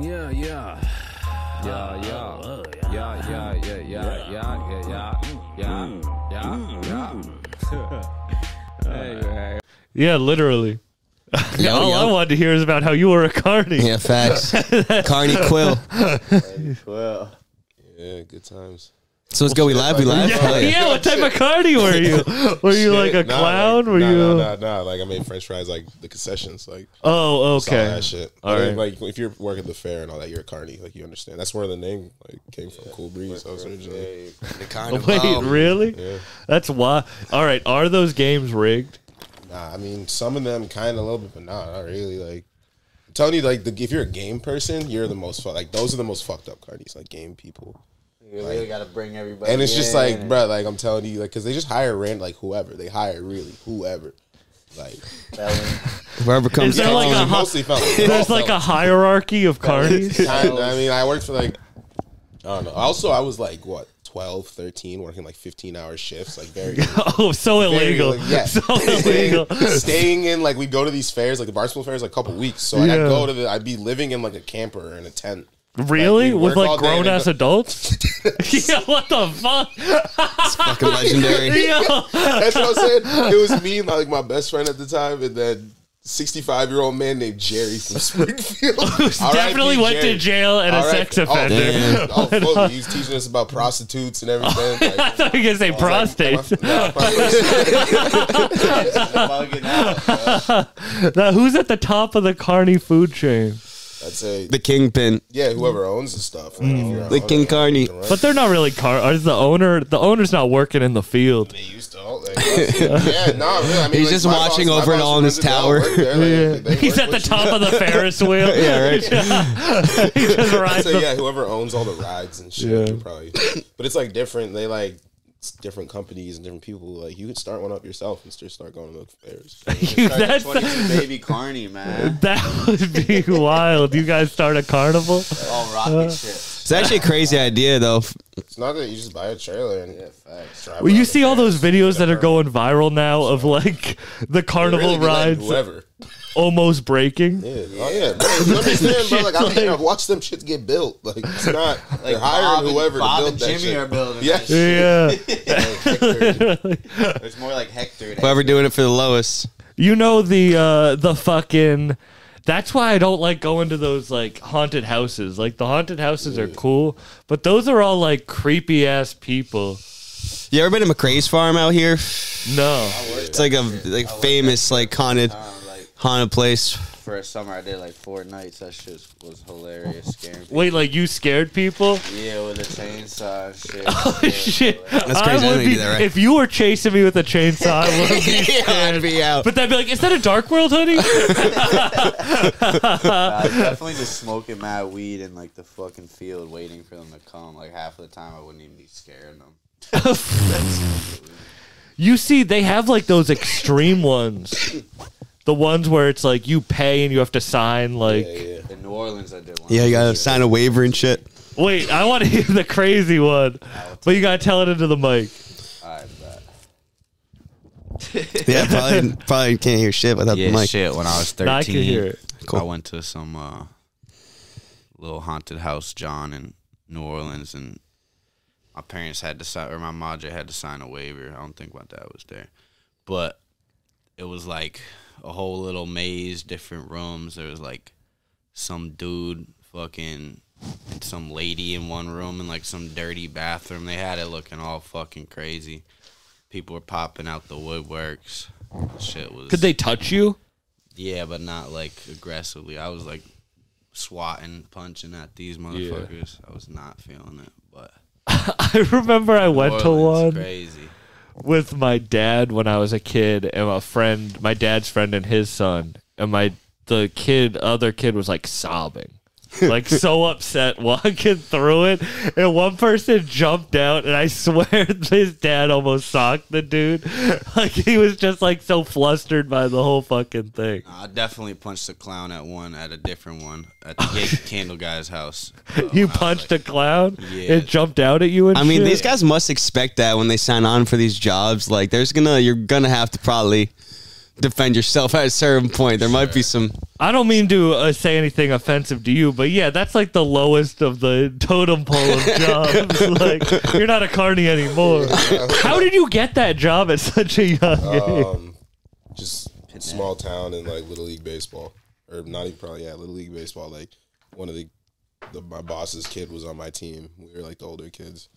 Yeah, yeah. Yeah, Ah, uh, yeah. Yeah, yeah, yeah, yeah, yeah, yeah, Mm. yeah, yeah, yeah, yeah. Oh, Anyway. Yeah, literally. Yo, Oh, All I yo. wanted to hear is about how you were a carny. Yeah, facts. Carney Quill. Well, yeah, good times. So let's go. We live. We live. Yeah, Play it. yeah, what type of carny were you? Were you like a Nah, clown? Like, were nah, you? Nah, nah, nah. Like I made French fries, like the concessions, like Oh, it's all okay. that shit. All Like, right. Like if you're working the fair and all that, you're a carny. Like you understand. That's where the name like came from. Cool breeze. That was originally. The carnival. Wait, really? That's why. All right, are those games rigged? Nah, I mean some of them kind of a little bit, but nah, not really. Like I'm telling you, like the, if you're a game person, you're the most fu- like those are the most fucked up carnies, like game people. You really gotta bring everybody. And it's just in. like, bro, like I'm telling you, like because they just hire random, like whoever they hire, really whoever. Like That was- Whoever comes. Is there like calling. a mostly, hi- mostly fellas. There's like a hierarchy of carnies. I, I mean, I worked for like, I don't know. Also, I was like, what, 12, 13, working like 15 hour shifts, like very. Oh, so very, illegal. like, yeah. So Staying, illegal. staying in like we'd go to these fairs, like the Barstool fairs, like a couple weeks. So like, I'd Yeah. go to the, I'd be living in like a camper in a tent. Really? we With work all like day and grown ass then- adults? yeah, what the fuck? Fucking legendary. Yo. That's what I'm saying. It was me, and, like my best friend at the time, and then 65 year old man named Jerry from Springfield. R.I.P. Definitely went to Jerry. jail and a R.I.P. sex offender. Oh, damn. oh, fully. He was teaching us about prostitutes and everything. I Like, thought you were gonna say prostate. Nah, probably- bugging out. Now, who's at the top of the carny food chain? I'd say, The kingpin. yeah, whoever owns the stuff. Like, if you're a Oh, The owner, Mm. King Carney. you can run But they're not really car. Are the owner? The owner's not working in the field. They used to. Like, yeah, nah, really. I mean, He's like, just my watching boss- my over it boss all in his runs it down, tower. work there, like, they He's work at the with you. top of the Ferris wheel. Yeah, right. he just rides So the yeah, whoever owns all the rides and shit, you probably. But it's like different. They like it's different companies and different people. Like you could start one up yourself and just start going to the fairs. Dude, that's, Twenty-two baby Carney, man. that would be wild. You guys start a carnival? All Uh, rocket shit. It's actually a crazy idea though. It's not that you just buy a trailer and yeah, drive. Well, you around see the all those fairs. videos that are going viral now of like the It'd carnival really be, like, rides whoever. almost breaking. Yeah. Oh yeah. Bro, you understand, bro? Like I'm here to watch them shits get built. Like it's not. they're hiring Bob and- whoever Bob to build and that Jimmy shit. are building. Yeah. that shit. Yeah. It's more like Hector. that- Whoever doing it for the lowest. You know the uh the fucking that's why I don't like going to those like haunted houses. Like the haunted houses are cool, but those are all like creepy ass people. You ever been to McCrae's farm out here? No. It's like a like famous like haunted Um, like haunted place. for a summer, I did like four nights. That shit was hilarious, scaring. people. Wait, like you scared people? Yeah, with a chainsaw and shit. Shit. That's crazy. I I didn't would be, do that right. if you were chasing me with a chainsaw, I would be I'd be out. But that'd be like, is that a dark world hoodie? I was definitely just smoking mad weed in like the fucking field, waiting for them to come. Like half of the time, I wouldn't even be scaring them. You see, they have like those extreme ones. The ones where it's like you pay and you have to sign like In New Orleans, I did one. Yeah, you gotta sign a waiver and shit. Wait, I want to hear the crazy one. But you gotta tell it into the mic. I bet. Yeah, probably probably can't hear shit without Yeah, the mic. shit. When I was Now I can hear thirteen, it. Cool. I went to some uh, little haunted house, John, in New Orleans, and my parents had to sign, or my maja had to sign a waiver. I don't think my dad was there, but it was like a whole little maze, different rooms. There was like some dude, fucking some lady in one room, and like some dirty bathroom. They had it looking all fucking crazy. People were popping out the woodworks. Shit was. Could they touch you? Yeah, but not like aggressively. I was like swatting, punching at these motherfuckers. I was not feeling it, but I remember I went to Orleans, one crazy. with my dad when I was a kid and a friend, my dad's friend and his son. And my the kid, other kid was like sobbing. like so upset walking through it and one person jumped out and i swear his dad almost socked the dude like he was just like so flustered by the whole fucking thing I definitely punched a clown at one, at a different one, at the gay candle guy's house. You punched a clown? Yeah. It jumped out at you and I mean, shit? these guys must expect that when they sign on for these jobs. Like, there's gonna you're gonna have to probably defend yourself at a certain point. There might be some. I don't mean to uh, say anything offensive to you, but yeah, that's like the lowest of the totem pole of jobs. like, you're not a carny anymore. How did you get that job at such a young Uh, age? just small town and like little league baseball, or not even probably yeah, little league baseball. Like one of the, the my boss's kid was on my team. We were like the older kids.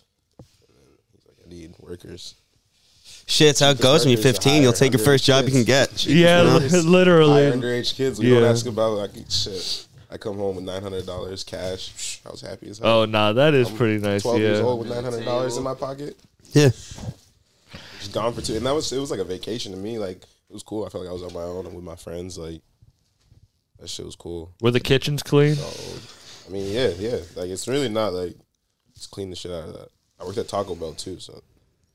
And then he's like, I need workers. Shit, it's how it goes when you're 15. You'll take your first job you can get. Yeah, You know? li- Hire literally. underage kids. We don't Yeah. ask about like shit. I come home with nine hundred dollars cash. Psh, I was happy as hell. Oh, nah, that is pretty nice. Twelve years Yeah. old with nine hundred dollars in my pocket. Yeah. Just gone for two, and that was it was like a vacation to me. Like it was cool. I felt like I was on my own and with my friends. Like that shit was cool. Were the kitchens clean? I mean, yeah, yeah. Like it's really not like it's clean the shit out of that. I worked at Taco Bell too, so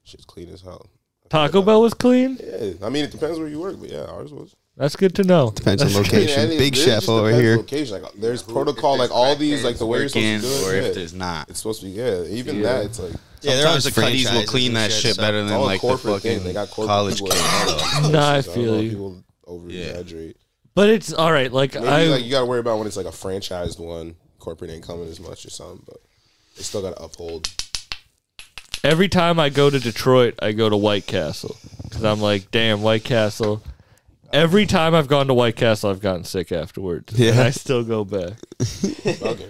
shit's clean as hell. Taco Bell was clean? Yeah, I mean it depends where you work, but yeah, ours was. That's good to know. Depends on I mean, location. any- Big it chef just over depends here. Location, like there's protocol, like all these, like the way you're supposed to do it, or yeah. if there's not. It's supposed to be yeah. Even that, it's like Yeah, Sometimes the Cuddies will clean that shit better it's than all like the corporate thing. fucking They got corporate college people kids. and all that. Nah, I So don't know feel if you. People over exaggerate. But it's all right. Like, Maybe I. like you got to worry about when it's like a franchised one. Corporate ain't coming as much or something, but they still got to uphold. Every time I go to Detroit, I go to White Castle because I'm like, damn, White Castle. Every time I've gone to White Castle, I've gotten sick afterwards. Yeah, and Yeah. I still go back.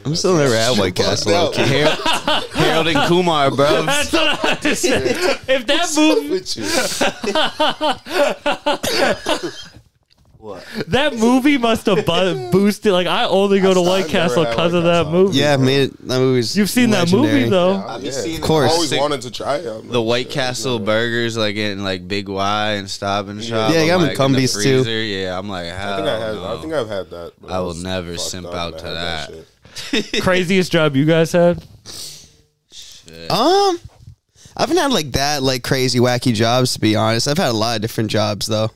I'm still never at White Castle. No, low-key. Harold and Kumar, bro. That's what I just said. If that movie, with you. that movie must have bu- boosted. Like I only go to still- White I've never Castle had because White of that Castle. movie. Yeah, man, it- that movie's. you've seen that legendary. movie though. I've Yeah. seen. Of I course. always Sick- wanted to try it. I'm The like, White yeah, Castle burgers, like in like Big Y and Stop and Shop. Yeah, I got them I'm, like, in the Cumbies, too. freezer. Yeah, I'm like, I how? think I had. I think I've had that. but I will was never fucked simp up out when to I had that. shit. Craziest job you guys had? Um, I haven't had like that, like crazy, wacky jobs, to be honest. I've had a lot of different jobs, though,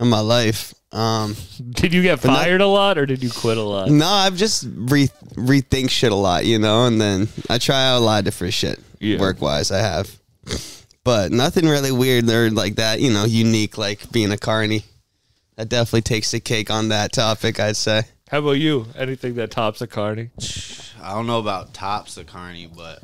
in my life. Um, Did you get fired a lot or did you quit a lot? no, I've just re- rethink shit a lot, you know, and then I try out a lot of different shit Yeah. work wise. I have, but nothing really weird or like that, you know, unique, like being a carny. That definitely takes the cake on that topic, I'd say. How about you? Anything that tops a carny? I don't know about tops of Carney, but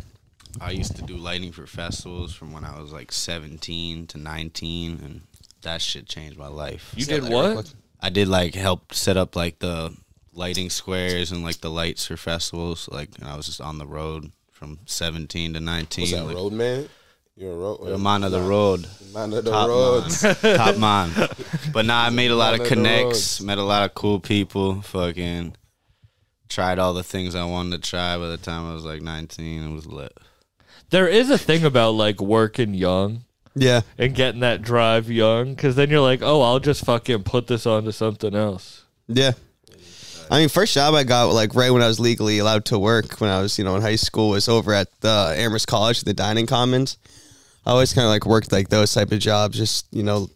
I used to do lighting for festivals from when I was like 17 to 19, and that shit changed my life. You did what? I did like help set up like the lighting squares and like the lights for festivals. Like, and I was just on the road from 17 to 19. What's that like, road man? You're a road. the man of the road, Man of the top road. man, top man. But nah, I made a lot Man of of the connects, met a lot of cool people. Fucking tried all the things I wanted to try. By the time I was like nineteen, it was lit. There is a thing about like working young Yeah, and getting that drive young because then you're like, oh, I'll just fucking put this onto something else. yeah. I mean, first job I got like right when I was legally allowed to work when I was, you know, in high school was over at the Amherst College, the dining commons. I always kind of like worked like those type of jobs, just you know,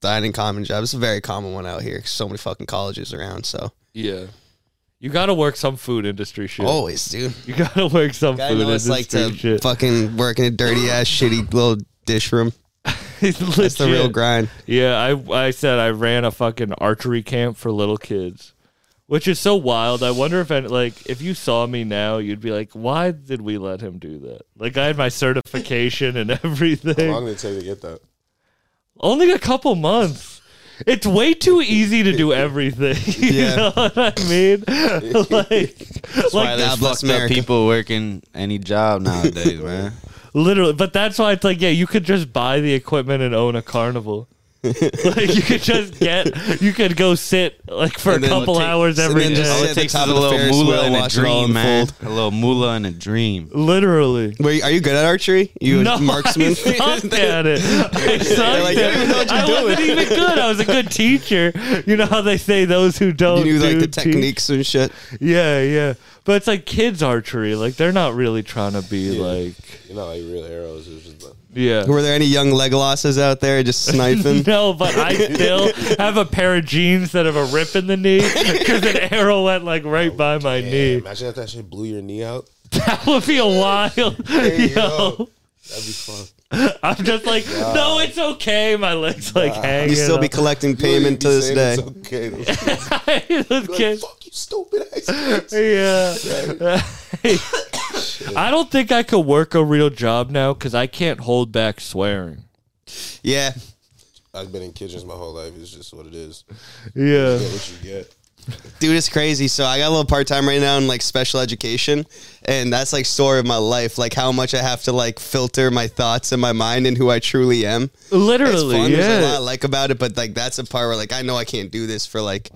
dining common jobs. It's a very common one out here. 'cause so many fucking colleges around, so Yeah. You gotta work some food industry shit. always, dude. You gotta work some I food know it's industry Oh. like to shit. fucking work in a dirty ass, shitty little dish room. That's It's the real grind. Yeah, I I said I ran a fucking archery camp for little kids, which is so wild. I wonder if any, like if you saw me now, you'd be like, why did we let him do that? Like I had my certification and How everything. long did it take to get that? Only a couple months. It's way too easy to do everything. You Yeah. know what I mean? like, Why like there's God bless fucked up America. people working any job nowadays, man. Literally, but that's why it's like, yeah, you could just buy the equipment and own a carnival. like you could just get, you could go sit like for a And then couple take- hours and every then day. just sit- at All it the takes top is a of the little Ferris wheel moolah and and a watch it all dream, man. unfold. A little moolah and a dream. Literally. Were you, are you good at archery? You No, a marksman? I sucked at it. I sucked like, you at don't even know what it. you're I wasn't even good. I was a good teacher. You know how they say those who don't you knew like do the teach- techniques and shit. Yeah, yeah. But it's like kids archery. Like they're not really trying to be like, You know, like real arrows. It was just like, yeah. Were there any young Legolosses out there just sniping? No, but I still have a pair of jeans that have a rip in the knee because an arrow went like right by my damn, knee. imagine if that shit blew your knee out. That would be a wild. Hey, yo. yo. That'd be fun. I'm just like, no, it's okay. My legs like hanging. You still be up. collecting payment to You'd be this day. saying It's okay. Those like, kids- fuck you, stupid ass. yeah. I don't think I could work a real job now because I can't hold back swearing. Yeah. I've been in kitchens my whole life. It's just what it is. Yeah. Get what you get. Dude, it's crazy. So I got a little part time right now in like special education, and that's like story of my life, like how much I have to like filter my thoughts in my mind and who I truly am. Literally. it's fun. There's a lot I Yeah. like about it, but like that's a part where like I know I can't do this for like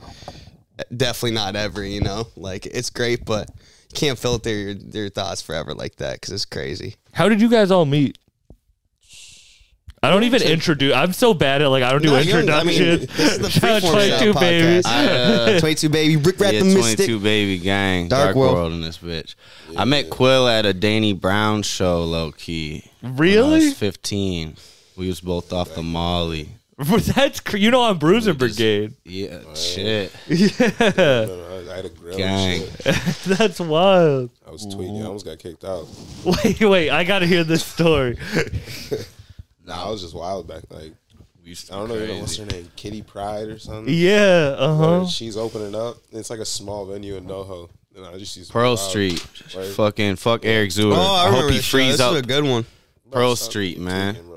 definitely not ever. You know, like it's great, but you can't filter your, your thoughts forever like that because it's crazy. How did you guys all meet? I don't even introduce. I'm so bad at like I don't do No, you're- I mean, introductions. this is the Shout out Freeform 22 Shop podcast. babies. I, uh, Twenty two baby, Rick Rat yeah, the Mystic. 22 baby gang, Dark Dark, World. World. in this bitch. I met Quill at a Danny Brown show, low key. When I Really? was 15. We was both off the Molly. That's cr- you know I'm Bruiser Brigade. Yeah, shit. No, no, I, I had a grill. Gang. And shit. That's wild. I was tweaking. I almost got kicked out. Wait, wait, I gotta hear this story. Nah, I was just wild back. Like We used to I don't know, you know what's crazy. her name, Kitty Pride or something. Yeah, uh huh. Or She's opening up. It's like a small venue in NoHo. And I just used Pearl wild- Street. Right. Fucking fuck Eric Zuer. Oh, I, I, remember hope he this show. This frees was up a good one. Pearl Stop Street, tweaking, man. bro.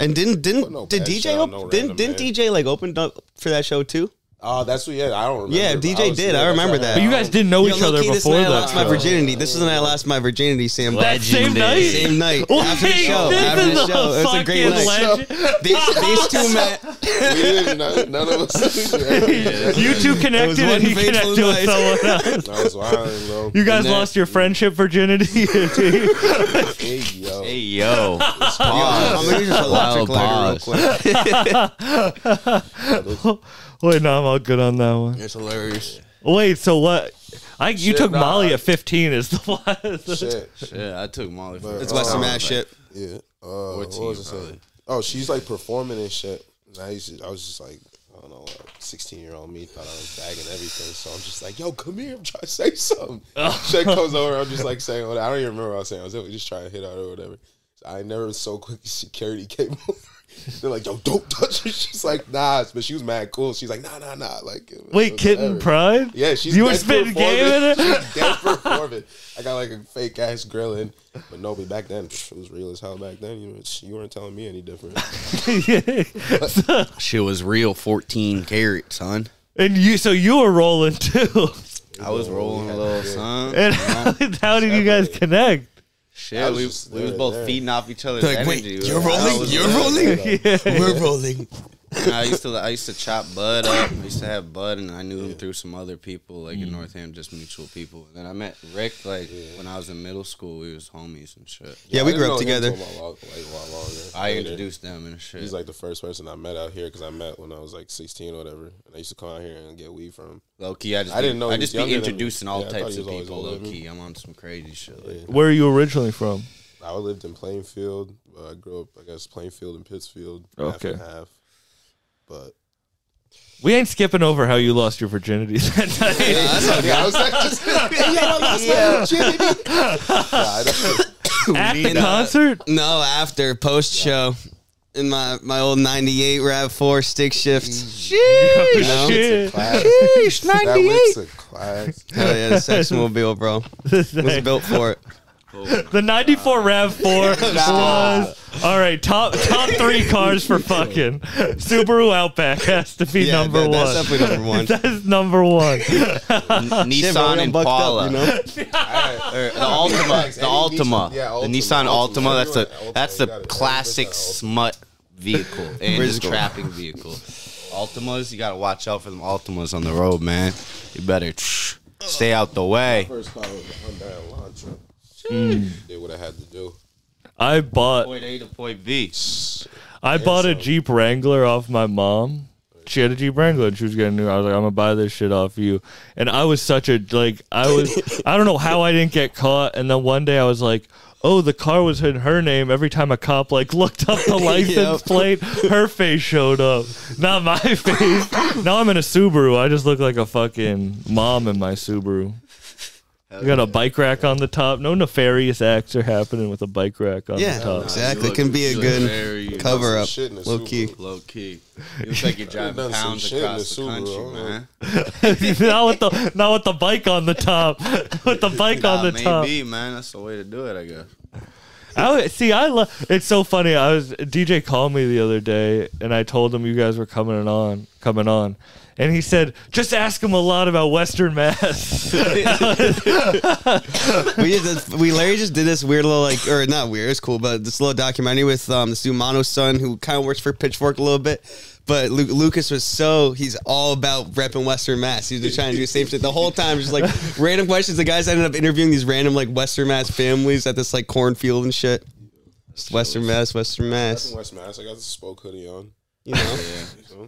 And didn't didn't no did bad DJ shout, op- no didn't random didn't man. DJ like opened up for that show too? Oh, that's what. Yeah, I don't remember. Yeah, but DJ was- did. yeah, I that's remember how that. But you I- guys didn't know Yo, each other low-key, this before is when I that. lost my though. virginity. This is when I lost my virginity, Sam. That same night. Legendary. Same night. Wait, after the show. this After is the a show. It was a great fucking night. legend. These, these two met. We didn't. None, none of us. Yeah. You two connected one and he fateful connected with night. someone else. I was wild, bro. You guys And that- lost your friendship virginity. Hey, yo. Hey, yo. I'm going to use this electric Wild lighter real pause. quick. Wait, no, I'm all good on that one. It's hilarious. Wait, so what? I you Shit, took nah, Molly I- at 15 is the one. Shit. yeah, I took Molly for That's Oh, why Western some ass shit. Yeah. Uh, what 14 was I probably. saying? Oh, she's like performing and shit. And I used to, I was just like, I don't know, like sixteen year old me thought I was bagging everything. So I'm just like, yo, come here, I'm trying to say something. Shit comes over, I'm just like saying, what I don't even remember what I was saying. I was like, we just trying to hit out or whatever. So I never was so quick. Security came over. They're like, yo, don't touch her. She's like, nah, but she was mad cool. She's like, nah, nah, nah. Like, it was- it Wait, was Kitten whatever. Pride? Yeah, she's You were dead spitting game in performing. it? She's dead performing. I got like a fake ass grilling, but no, but back then it was real as hell. Back then, you weren't, you weren't telling me any different. She was real 14 carat, son. And you, so you were rolling too. I was rolling a little, son. And how did you guys connect? Shit, was we, just we was there, both there. feeding off each other's Like, wait, energy. you're Like, I rolling? was You're there. rolling? Yeah. We're rolling. And I used to I used to chop Bud up. I used to have Bud, and I knew him through some other people, like Mm. in Northam, just mutual people. And then I met Rick, like when I was in middle school, we was homies and shit. Yeah, I we didn't grew know up him together. till a lot- like, a lot longer. I Later. introduced them and shit. He's like the first person I met out here because I met when I was like 16 or whatever, and I used to come out here and get weed from. him. low key, I just I didn't know I he was just be younger than me. introducing all Yeah, I thought types he of was always people. older Low than me. key, I'm on some crazy shit. Like, Where are you originally from? I lived in Plainfield. Uh, I grew up, I guess, Plainfield and Pittsfield, Okay. half and half. But We ain't skipping over how you lost your virginity that night. yeah, I was like, just Nah, I don't- At the concert? No, after post show in my, my old 98 RAV4 stick shift. Oh, know, it's a shit. class. Sheesh, That whip's a class. Hell yeah, the sex mobile, bro. was built for it. The 94 RAV4 was. All right, top top three cars for fucking. Subaru Outback has to be number that- one. That's definitely number one. That's number one. Shit, bro, Nissan I'm bucked Impala. you know? Or the Altima, the Any Altima, Nissan- yeah, the Altima, Nissan Altima. Altima. That's the Everyone- Altima, got that's the it. classic Everyone's got Altima. smut vehicle and Bridge it's school. trapping vehicle. Altimas, you gotta watch out for them Altimas on the road, man. You better stay out the way. First car was a Hyundai Elantra. Mm. They would have had to do. I bought Point A to point B. I bought a Jeep Wrangler off my mom. She had a Jeep Wrangler and she was getting new. I was like, I'm gonna buy this shit off you. And I was such a like I was I don't know how I didn't get caught. And then one day I was like, Oh, the car was in her name. Every time a cop like looked up the license Yep. plate, her face showed up. Not my face. now I'm in a Subaru. I just look like a fucking mom in my Subaru. You got a bike rack on the top. No nefarious acts are happening with a bike rack on the Yeah, top. exactly. You It can look- be a you look very- good cover up, shit in the low key. Subaru. Low key. It looks like you're driving done some pounds shit in across the the Subaru, country, I don't not with the man. not with the bike on the top. with the bike Nah, on the top. Maybe, man. That's the way to do it, I guess. I would- see. I love. It's so funny. I was DJ called me the other day, and I told him you guys were coming on, coming on, and he said, "Just ask him a lot about Western Mass." we just, we Larry just did this weird little like or not weird it's cool but this little documentary with um this Umano son who kind of works for Pitchfork a little bit but Lu- Lucas was so he's all about repping Western Mass he was just trying to do the same shit the whole time just like random questions the guys ended up interviewing these random like Western Mass families at this like cornfield and shit Just Western Mass Western That's Mass in West Mass. I got the spoke hoodie on. you know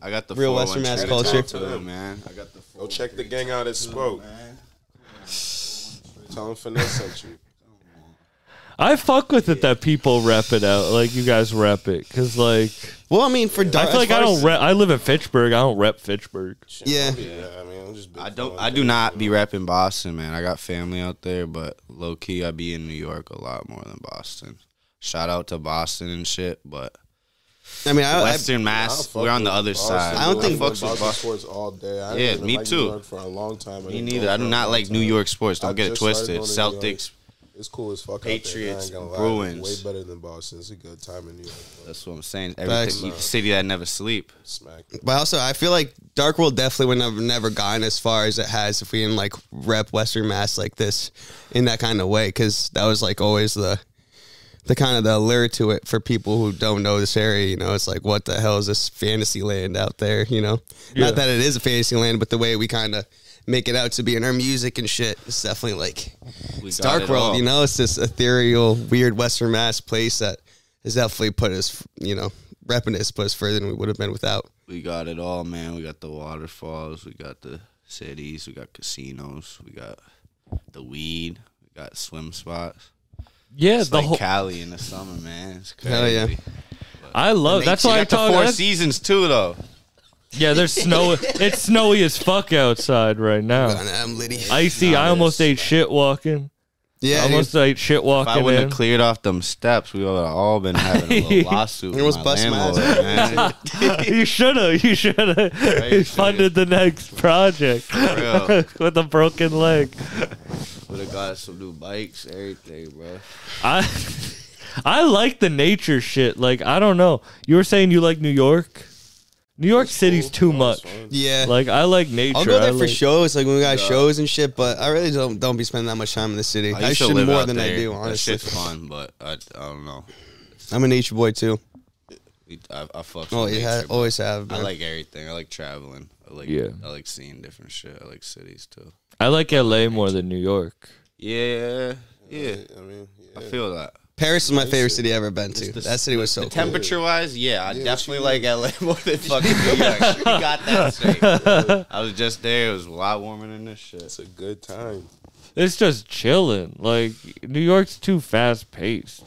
I got the Real Western 401 Mass trade culture. talk to it, man. I got the Go check the gang out at Spoke. Tell them finesse sent you. I fuck with it that people rep it out, like you guys rep it, because like well I mean for I feel like I don't rep. I live in Fitchburg. I don't rep Fitchburg. yeah Yeah, I mean, I'm just. big I don't. fan. I do not be rapping Boston, man. I got family out there, but low key, I be in New York a lot more than Boston. Shout out to Boston and shit, but I mean I, I Western I'll Mass, fuck we're on the with other Boston. side. I don't I've think- been fucks with Boston Boston. sports all day. I Yeah, didn't me like too. New York for a long time. I Me didn't go neither. I for do a not long like New time. York sports. Don't I get it just started twisted. going to New York. Celtics. It's cool as fuck. out there. Patriots, I ain't gonna lie. Bruins. Way better than Boston. It's a good time in New York. But That's what I'm saying. Facts. Everything. You, city that never sleep. smack. But also, I feel like Dark World definitely would have never gotten as far as it has if we didn't like rep Western Mass like this in that kind of way, because that was like always the the kind of the allure to it for people who don't know this area. You know, it's like what the hell is this fantasy land out there? You know, Yeah. not that it is a fantasy land, but the way we kind of make it out to be in our music and shit, it's definitely like We it's got Dark it World. all. You know, it's this ethereal, weird Western Mass place that has definitely put us, you know, repping us put us further than we would have been without. We got it all, man. We got the waterfalls. We got the cities. We got casinos. We got the weed. We got swim spots. Yeah, It's the like whole. Cali in the summer, man. It's crazy. Hell yeah. I love. They- That's she why I got the talk. four that's- seasons too, though. Yeah, there's snow. it's snowy as fuck outside right now. Gone, I'm Liddy. Icy. I almost ate shit walking. Yeah, I almost ate shit If I walking wouldn't in. have cleared off them steps, we would have all been having a little lawsuit. It was with my bust my landlord, ass. man. you should have. You should have funded the next project real. with a broken leg. Would have got some new bikes, everything, bro. I I like the nature shit. Like I don't know. You were saying you like New York. New York City's too much. yeah. Like I like nature. I'll go I there for like- shows, like when we got shows and shit. But I really don't don't be spending that much time in the city. I, used to should live more out than I there. do, That honestly. shit's fun, but I, I don't know. I'm a nature boy too. We- I, I fucks Oh, with yeah, nature, bro. always have. I man. like everything. I like traveling. I like Yeah. I like seeing different shit. I like cities too. I like LA more than New York. Yeah, yeah. I mean, yeah. I feel that. Paris is my favorite city I've ever been to. that city was so cool. Temperature wise, yeah, I definitely like LA more than fucking New York. You got that straight. I was just there. It was a lot warmer than this shit. it's a good time. It's just chilling. Like New York's too fast paced.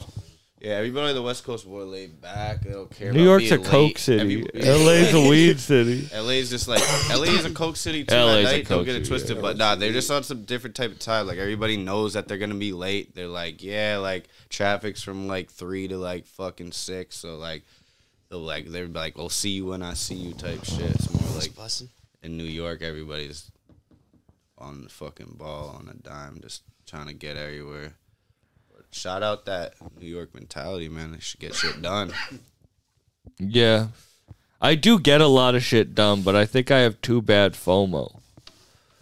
Yeah, everybody on the West Coast more laid back. They don't care. New about York's a being coke late. city. Every- LA's a weed city. LA's just like LA is a coke city too. LA LA is a night. Don't coke get it city, twisted, but nah, they're just on some different type of time. Like everybody knows that they're gonna be late. They're like, yeah, like traffic's from like three to like fucking six. So like, they're like they're like, we'll see you when I see you type shit. It's more like Bussin'. in New York, everybody's on the fucking ball on a dime, just trying to get everywhere. But shout out that New York mentality, man. They should get shit done. Yeah. I do get a lot of shit done, but I think I have too bad FOMO.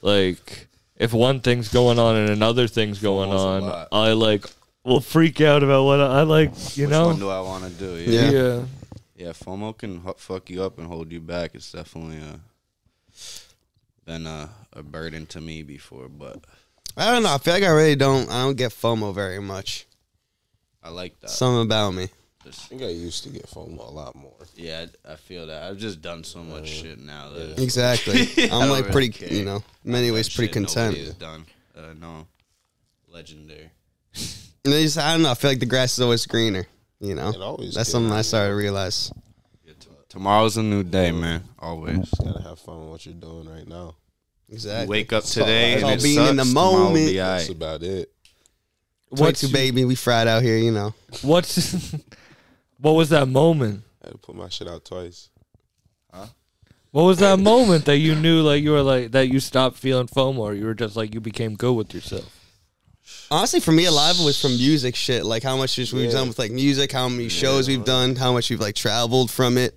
Like, if one thing's going on and another thing's going FOMO's a on, lot. I like will freak out about what I I like, you Which know? one do I want to do? Yeah. Yeah. Oh. yeah. Yeah, FOMO can hu- fuck you up and hold you back. It's definitely uh, been a, a burden to me before, but I don't know. I feel like I really don't. I don't get FOMO very much. I like that. Something about me. I think I used to get FOMO a lot more. yeah, I, I feel that. I've just done so much shit now that Exactly. I I'm like pretty. don't really care. You know, in many ways, pretty shit nobody content. has done. Uh, no, legendary. And I just, I don't know. I feel like the grass is always greener. You know, It always that's did, something I started to realize. Yeah, t- tomorrow's a new day, man. Always. Gotta have fun with what you're doing right now. Exactly. Wake up today It's and all it being sucks. in the Tomorrow will moment. be all That's right. about it. What's What's your baby? We fried out here, you know. What's what was that moment? I had to put my shit out twice. What was that moment that you knew like you were like that you stopped feeling FOMO or you were just like you became good with yourself? Honestly, for me, a lot of it was from music shit. Like how much we've done with like music, how many shows we've done, how much we've like traveled from it.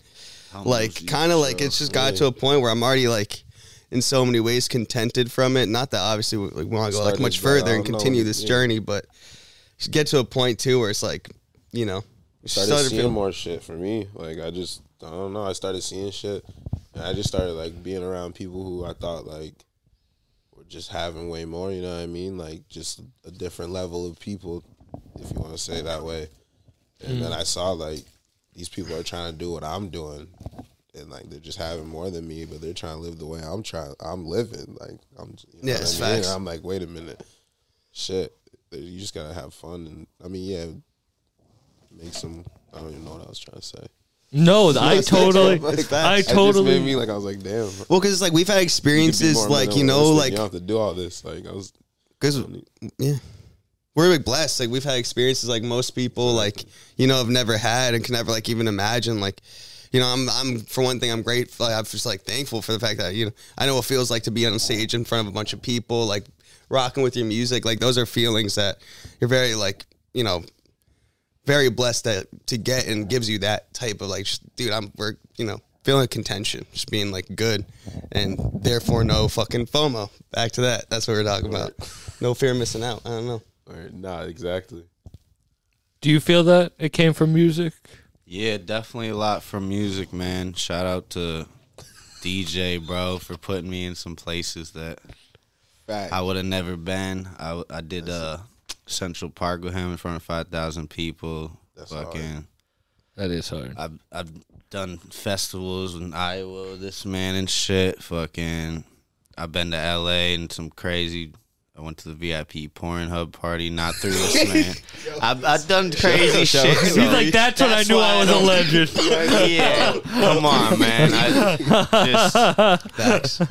like kind of like it's just got to a point where I'm already like in so many ways contented from it. Not that obviously we, like, want to go like Started, much but I further and don't know, continue this yeah. journey, but just get to a point too where it's like you know started, started seeing feeling- more shit for me. Like I just I don't know. I started seeing shit, and I just started like being around people who I thought like were just having way more. You know what I mean? Like just a different level of people, if you want to say it that way. And Hmm. then I saw like these people are trying to do what I'm doing, and like they're just having more than me, but they're trying to live the way I'm trying. I'm living like I'm. You Yeah, know what it's I mean? facts. I'm like, wait a minute, shit. You just gotta have fun, and I mean, yeah, make some. I don't even know what I was trying to say. No, I totally It's I facts. It just made totally me like I was like, damn. you could be Well, because it's like we've had experiences more like you know minimalistic. like you don't have to do all this. Like I was. because yeah. We're like blessed. Like we've had experiences like most people like you know have never had and can never like even imagine. Like you know, I'm I'm for one thing I'm grateful. I'm just like thankful for the fact that you know I know what it feels like to be on stage in front of a bunch of people, like rocking with your music. Like those are feelings that you're very like you know very blessed that to get and gives you that type of like just, dude i'm we're you know feeling contention just being like good and therefore no fucking fomo back to that that's what we're talking about no fear of missing out i don't know Or not exactly. Do you feel that it came from music? Yeah, definitely a lot from music, man. Shout out to DJ, bro, for putting me in some places that Fact. I would have never been. I, w- I did uh, Central Park with him in front of 5,000 people. That's Fucking, That is hard. I've, I've done festivals in Iowa, with this man and shit. Fucking, I've been to LA and some crazy. I went to the VIP porn hub party, not through this man. I've, I've done crazy shit. so- He's like that's when I knew why I was a don't- legend. yeah, come on, man. I just, Facts.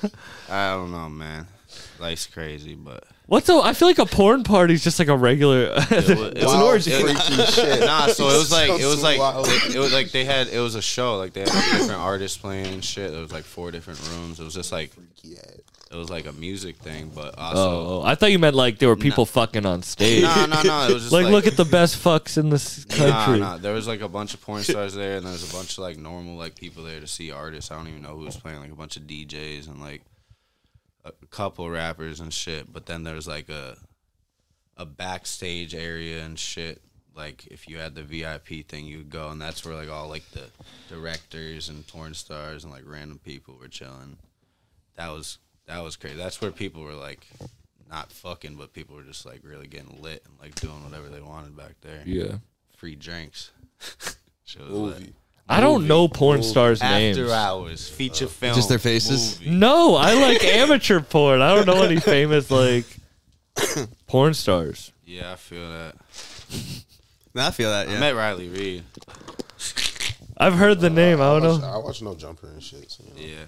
I don't know, man. Life's crazy, but What's a I feel like a porn party's just like a regular it was, an orgy. Freaky shit. Nah, so it was like it was like Wild. it was like they had it was a show like they had like, different artists playing and shit. There was like four different rooms. It was just like Yeah. it was like a music thing, but also Oh, I thought you meant like there were people fucking on stage. no, no, no. It was just like, like, look at the best fucks in this country. Nah, nah. There was like a bunch of porn stars there, and there was a bunch of like normal like people there to see artists. I don't even know who was playing. Like a bunch of DJs and like a couple rappers and shit. But then there was like a a backstage area and shit. Like if you had the VIP thing, you'd go, and that's where like all like the directors and porn stars and like random people were chilling. That was that was crazy. That's where people were like. Not fucking, but people were just like really getting lit and like doing whatever they wanted back there Yeah. free drinks. Shit was lit. Movie. I don't know porn stars' After names. hours, Uh, feature film, Just their faces? movie. No, I like amateur porn. I don't know any famous like porn stars. Yeah, I feel that. i feel that I yeah met Riley Reed. I've heard Uh, the name. I I don't watch, know. I watch no jumper and shit. So, you know, Yeah,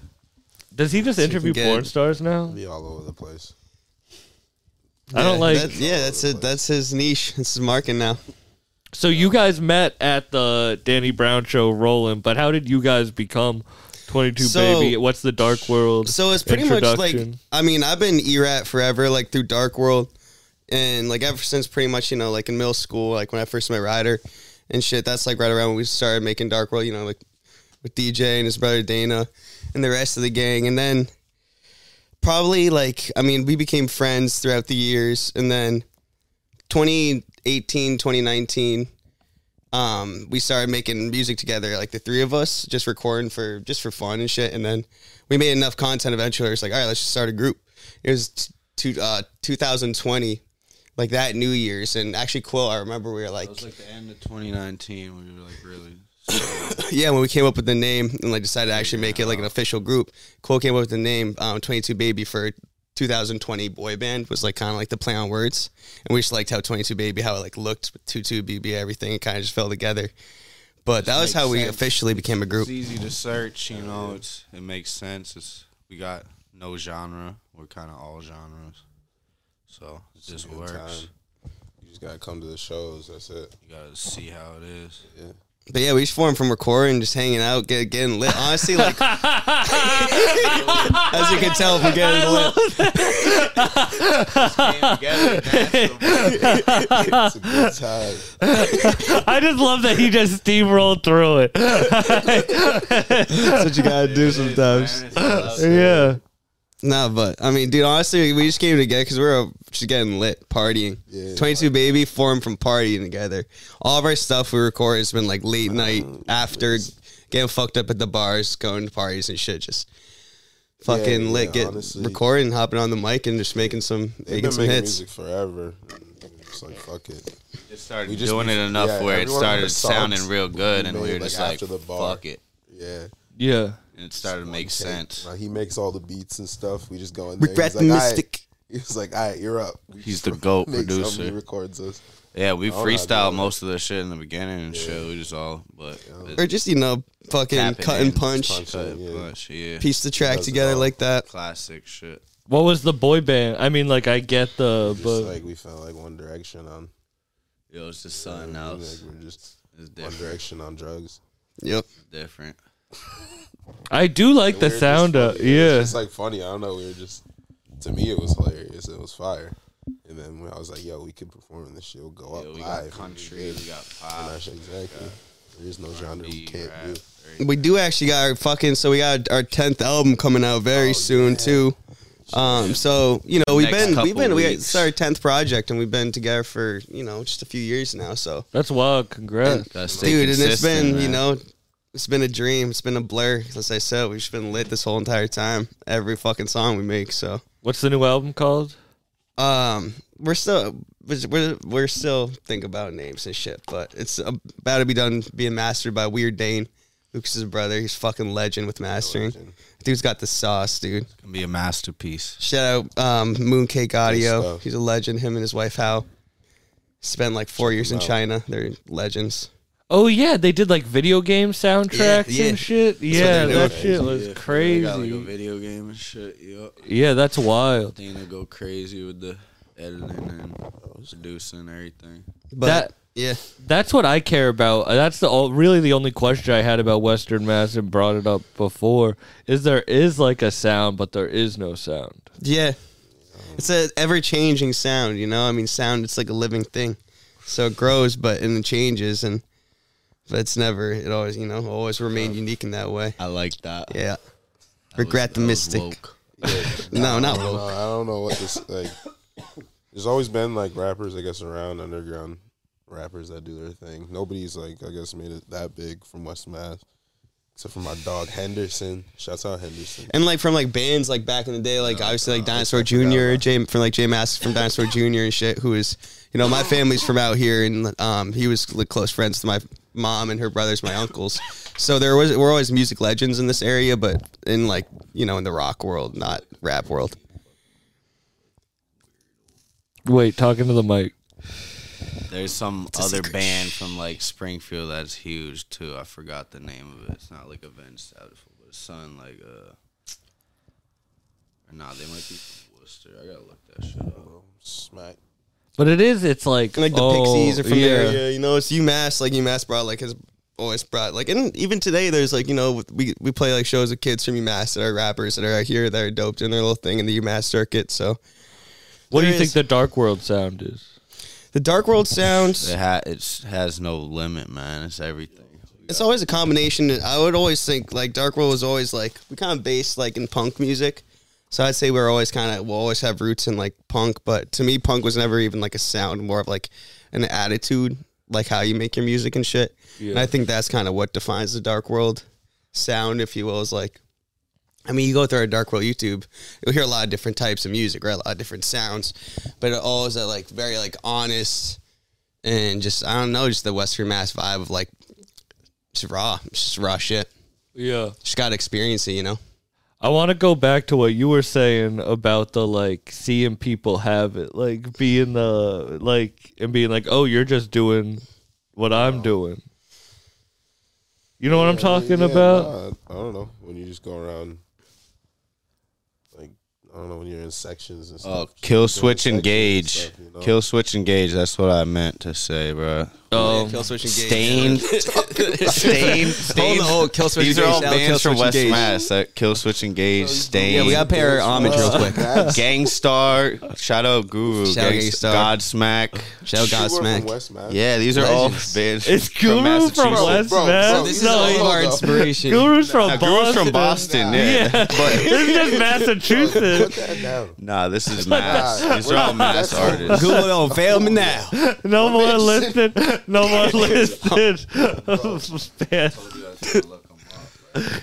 Does he just interview get- porn stars now? be all over the place. I don't Yeah, like. that- yeah that's it that's his niche That's his market now So you guys met at the Danny Brown show, Roland. But how did you guys become Twenty Two So- Baby? What's the Dark World? So it's pretty much like introduction? I mean I've been erat forever, like through Dark World, and like ever since pretty much you know like in middle school, like when I first met Ryder and shit. That's like right around when we started making Dark World, you know, like with DJ and his brother Dana and the rest of the gang, and then probably like I mean we became friends throughout the years, and then 2018, 2019 um, we started making music together, like the three of us, just recording for just for fun and shit. And then we made enough content eventually. It's like, all right, let's just start a group. It was t- two- uh, 2020, like that New Year's, and actually, Quill, I remember we were like, it was like the end of 2019 when we were like really. yeah, when we came up with the name and like decided to actually make it like an official group. Quill came up with the name um, 22 Baby for 2020 boy band was like kind of like the play on words, and we just liked how 22 Baby how it like looked, with 22 BB, everything, it kind of just fell together. But that was makes how we sense. officially became a group. It's easy to search, you know. It's it makes sense. It's we got no genre. We're kind of all genres. So it It's just a good works. time. You just gotta come to the shows. That's it. You gotta see how it is. Yeah. But yeah, we just formed from recording, just hanging out, get, getting lit. Honestly, like as you can tell from getting lit. It's a good time. I just love that he just steamrolled through it. That's what you gotta do sometimes. Yeah. Nah, but I mean, dude, honestly, we just came together because we were uh, just getting lit, partying. Yeah. 22 Baby formed from partying together. All of our stuff we record has been like late night Oh, after getting fucked up at the bars, going to parties and shit. Just fucking yeah, lit, get honestly. recording, hopping on the mic, and just making some making They've been some making hits. music forever. And It's like fuck it. Just started just doing need- it enough yeah, where it everyone started had songs sounding real good, we and we made, were like, just like, after the bar. "Fuck it," Yeah. Yeah. and it started to make sense. Like, he makes all the beats and stuff. We just go in there. Regret He's like, all right. mystic. He was like, all right, you're up. We He's just the GOAT make something, producer. He records us. Yeah, we don't know how to do freestyled it. most of the shit in the beginning and shit. We just all, but it- Or just, you know, fucking Tap it cut in, and just punch, punch. cut it, Yeah. punch, yeah, piece the track Does it together all. like that. classic shit. What was the boy band? I mean, like I get the Just but like we found like One Direction on. It was just something else. Like, we're just One It's different. Direction on drugs. Yep. different. I do like the We were just sound of funny. It was yeah. just like funny. I don't know. We were just to me it was hilarious. It was fire. And then when I was like, yo, we could perform and this shit will go up Yeah, we live. got country, we got And pop, I said, exactly. There's no genre we beat, can't rap, do. everything. We do actually got our fucking so we got our tenth album coming out very soon too. Um, so you know we've Oh, Next been we've couple been we weeks. it's our tenth project and we've been together for you know just a few years now. So That's wild. Congrats. Gotta stay dude, and it's consistent, been you man. know it's been a dream. It's been a blur. As I said, we've just been lit this whole entire time. Every fucking song we make. So What's the new album called? um, we're still we're we're still thinking about names and shit, but it's about to be done being mastered by Weird Dane. Lucas's brother, he's fucking legend with mastering. Dude's got the sauce, dude. It's gonna be a masterpiece. Shout out um, Mooncake Audio. stuff. He's a legend. Him and his wife How spent like four years in out. China. They're legends. Oh yeah, they did like video game soundtracks Yeah, yeah. and shit. Yeah, they're that doing. shit was crazy. Got like a video game and shit. Yup. yeah, that's wild. Dana go crazy with the editing and producing and everything. But That- yeah, That's what I care about. Uh, That's the all, really the only question I had about Western Mass and brought it up before. Is there is like a sound, but there is no sound. yeah. It's an ever changing sound, you know. I mean, sound it's like a living thing, so it grows, but and it changes, and but it's never. It always, you know, always remain unique in that way. I like that. Yeah. Regret the mystic. No, not I don't, know, woke. I don't know what this like. There's always been like rappers, I guess, around underground rappers that do their thing. Nobody's like, I guess, made it that big from West Mass, except for my dog Henderson. Shouts out Henderson. And like from like bands like back in the day, like obviously like Dinosaur Junior, Jay from like Jay Mass from Dinosaur Junior and shit. Who is you know my family's from out here, and um he was like, close friends to my mom and her brothers, my uncles. So there was we're always music legends in this area, but in like you know in the rock world, not rap world. Wait, talking to the mic. There's some other band from like Springfield that's huge too. I forgot the name of it. It's not like Avenged Sevenfold, but it's something like uh, or nah, they might be from Worcester. I gotta look that shit up. Smack. But it is. It's like And, like the oh, Pixies are from yeah. the area, you know. It's UMass, like UMass brought like his always brought like and even today there's like you know we we play like shows with kids from UMass that are rappers that are out here that are doped in their little thing in the UMass circuit. So What do There you think is- the Dark World sound is? The Dark World sounds. It ha- it's has no limit, man. It's everything. It's always a combination. I would always think like Dark World was always like we kind of based like in punk music. So I'd say we're always kind of we'll always have roots in like punk, but to me punk was never even like a sound, more of like an attitude, like how you make your music and shit. And I think that's kind of what defines the Dark World sound, if you will, is like I mean, you go through our Dark World YouTube, you'll hear a lot of different types of music, right? A lot of different sounds, but it always that like very like honest and just I don't know, just the Western Mass vibe of like just raw, just raw shit. Yeah. Just got to experience it, you know. I want to go back to what you were saying about the like seeing people have it, like being the like and being like, oh, you're just doing what I'm doing. You know what I'm talking Yeah, about? nah, I don't know. When you just go around like I don't know when you're in sections and Oh, stuff. kill switch Sections and engage. stuff, you know? Kill switch engage. That's what I meant to say, bro. Yeah, Kill Switch Engage. Stained, stained, stained. Hold on, hold, Kill Switch These are Engage, all now Kill bands from Switch West Engage. Mass. That kill switch engage, stained. Yeah, we gotta pay our homage real quick. Gangstar, shout out Guru, Shout out Gangs- Gangstar. Godsmack. Shout out You were from Godsmack. West Mass? Yeah, these are Legends. all bands. It's from Guru from, Massachusetts. West Bro, bro, Mass. this This is is No, all all of of our our no. inspiration. Guru's from Nah, Boston. Guru's from Boston. Yeah, Yeah. but It's just Put Massachusetts. that down. nah, this is mass. These are all mass artists. Google don't fail me now. No more listed. No more listed.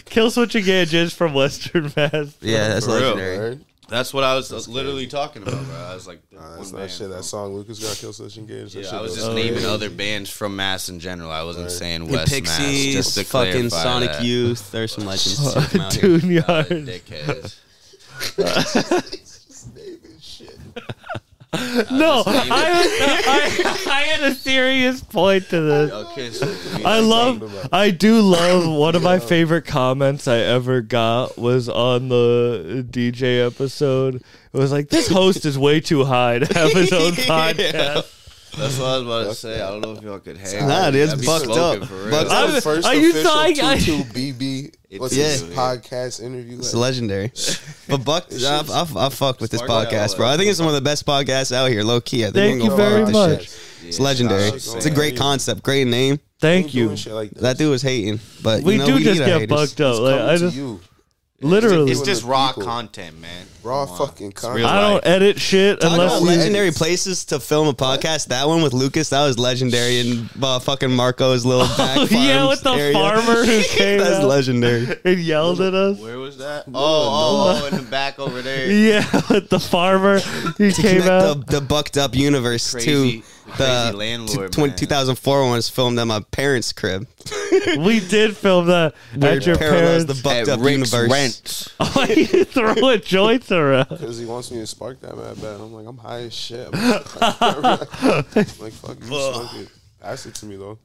Kill Switch Engage is from Western Mass. Yeah, that's real. legendary. Word? That's what I was literally talking about. Bro. I was like, Nah, one that's band not shit. from- That song Lucas got Kill Switch engage. That Yeah, shit I was goes just crazy. naming other bands from Mass in general. I wasn't saying The West Pixies, Mass. Just to fucking clarify Sonic that. Youth. There's some legends. too from out here. Dune Uh, Yard. dickheads. No, I, I, I had a serious point to this. Okay, so we- I love, I do love. One of my favorite comments I ever got was on the DJ episode. It was like, "This host is way too high to have his own podcast." That's what I was about to say. I don't know if y'all could hang. Nah, with it me. is I'd be fucked smoking up. for real. But- That's the I'm- first are you official thought I- 22 BB. What's Yeah. this podcast interview? It's like? legendary. But Buck, I, I, I fuck with this Spark it podcast, out. bro. I think it's one of the best podcasts out here, low key. I think Thank we can you go very fuck with this much. shit. Yeah, It's legendary. that's what I'm It's a great concept, great name. Thank you. Shit like that. That dude was hating, but you We know, do we just need our get haters. bugged up. Like, Coming I to just you. literally, It's just raw People. content, man. Raw Come on. fucking content. real I don't life. edit shit Talk unless about you- legendary places to film a podcast. That one with Lucas, that was legendary in uh, fucking Marco's little back yeah, farms with the area. farmer who came That's out legendary. and yelled at us. Where was that? Oh, oh, oh, in the back over there. Yeah, with the farmer he came Connect out. the, the bucked up universe to Crazy- the the crazy landlord, tw- man. 2004 one was filmed at my parents' crib. We did film that at your parallels parents. the bucked At up Rick's universe. Rent. Why are you throwing joints around? Because he wants me to spark that mad bad. I'm like, I'm high as shit. I'm like, fuck, you smoke it. Pass it to me, though.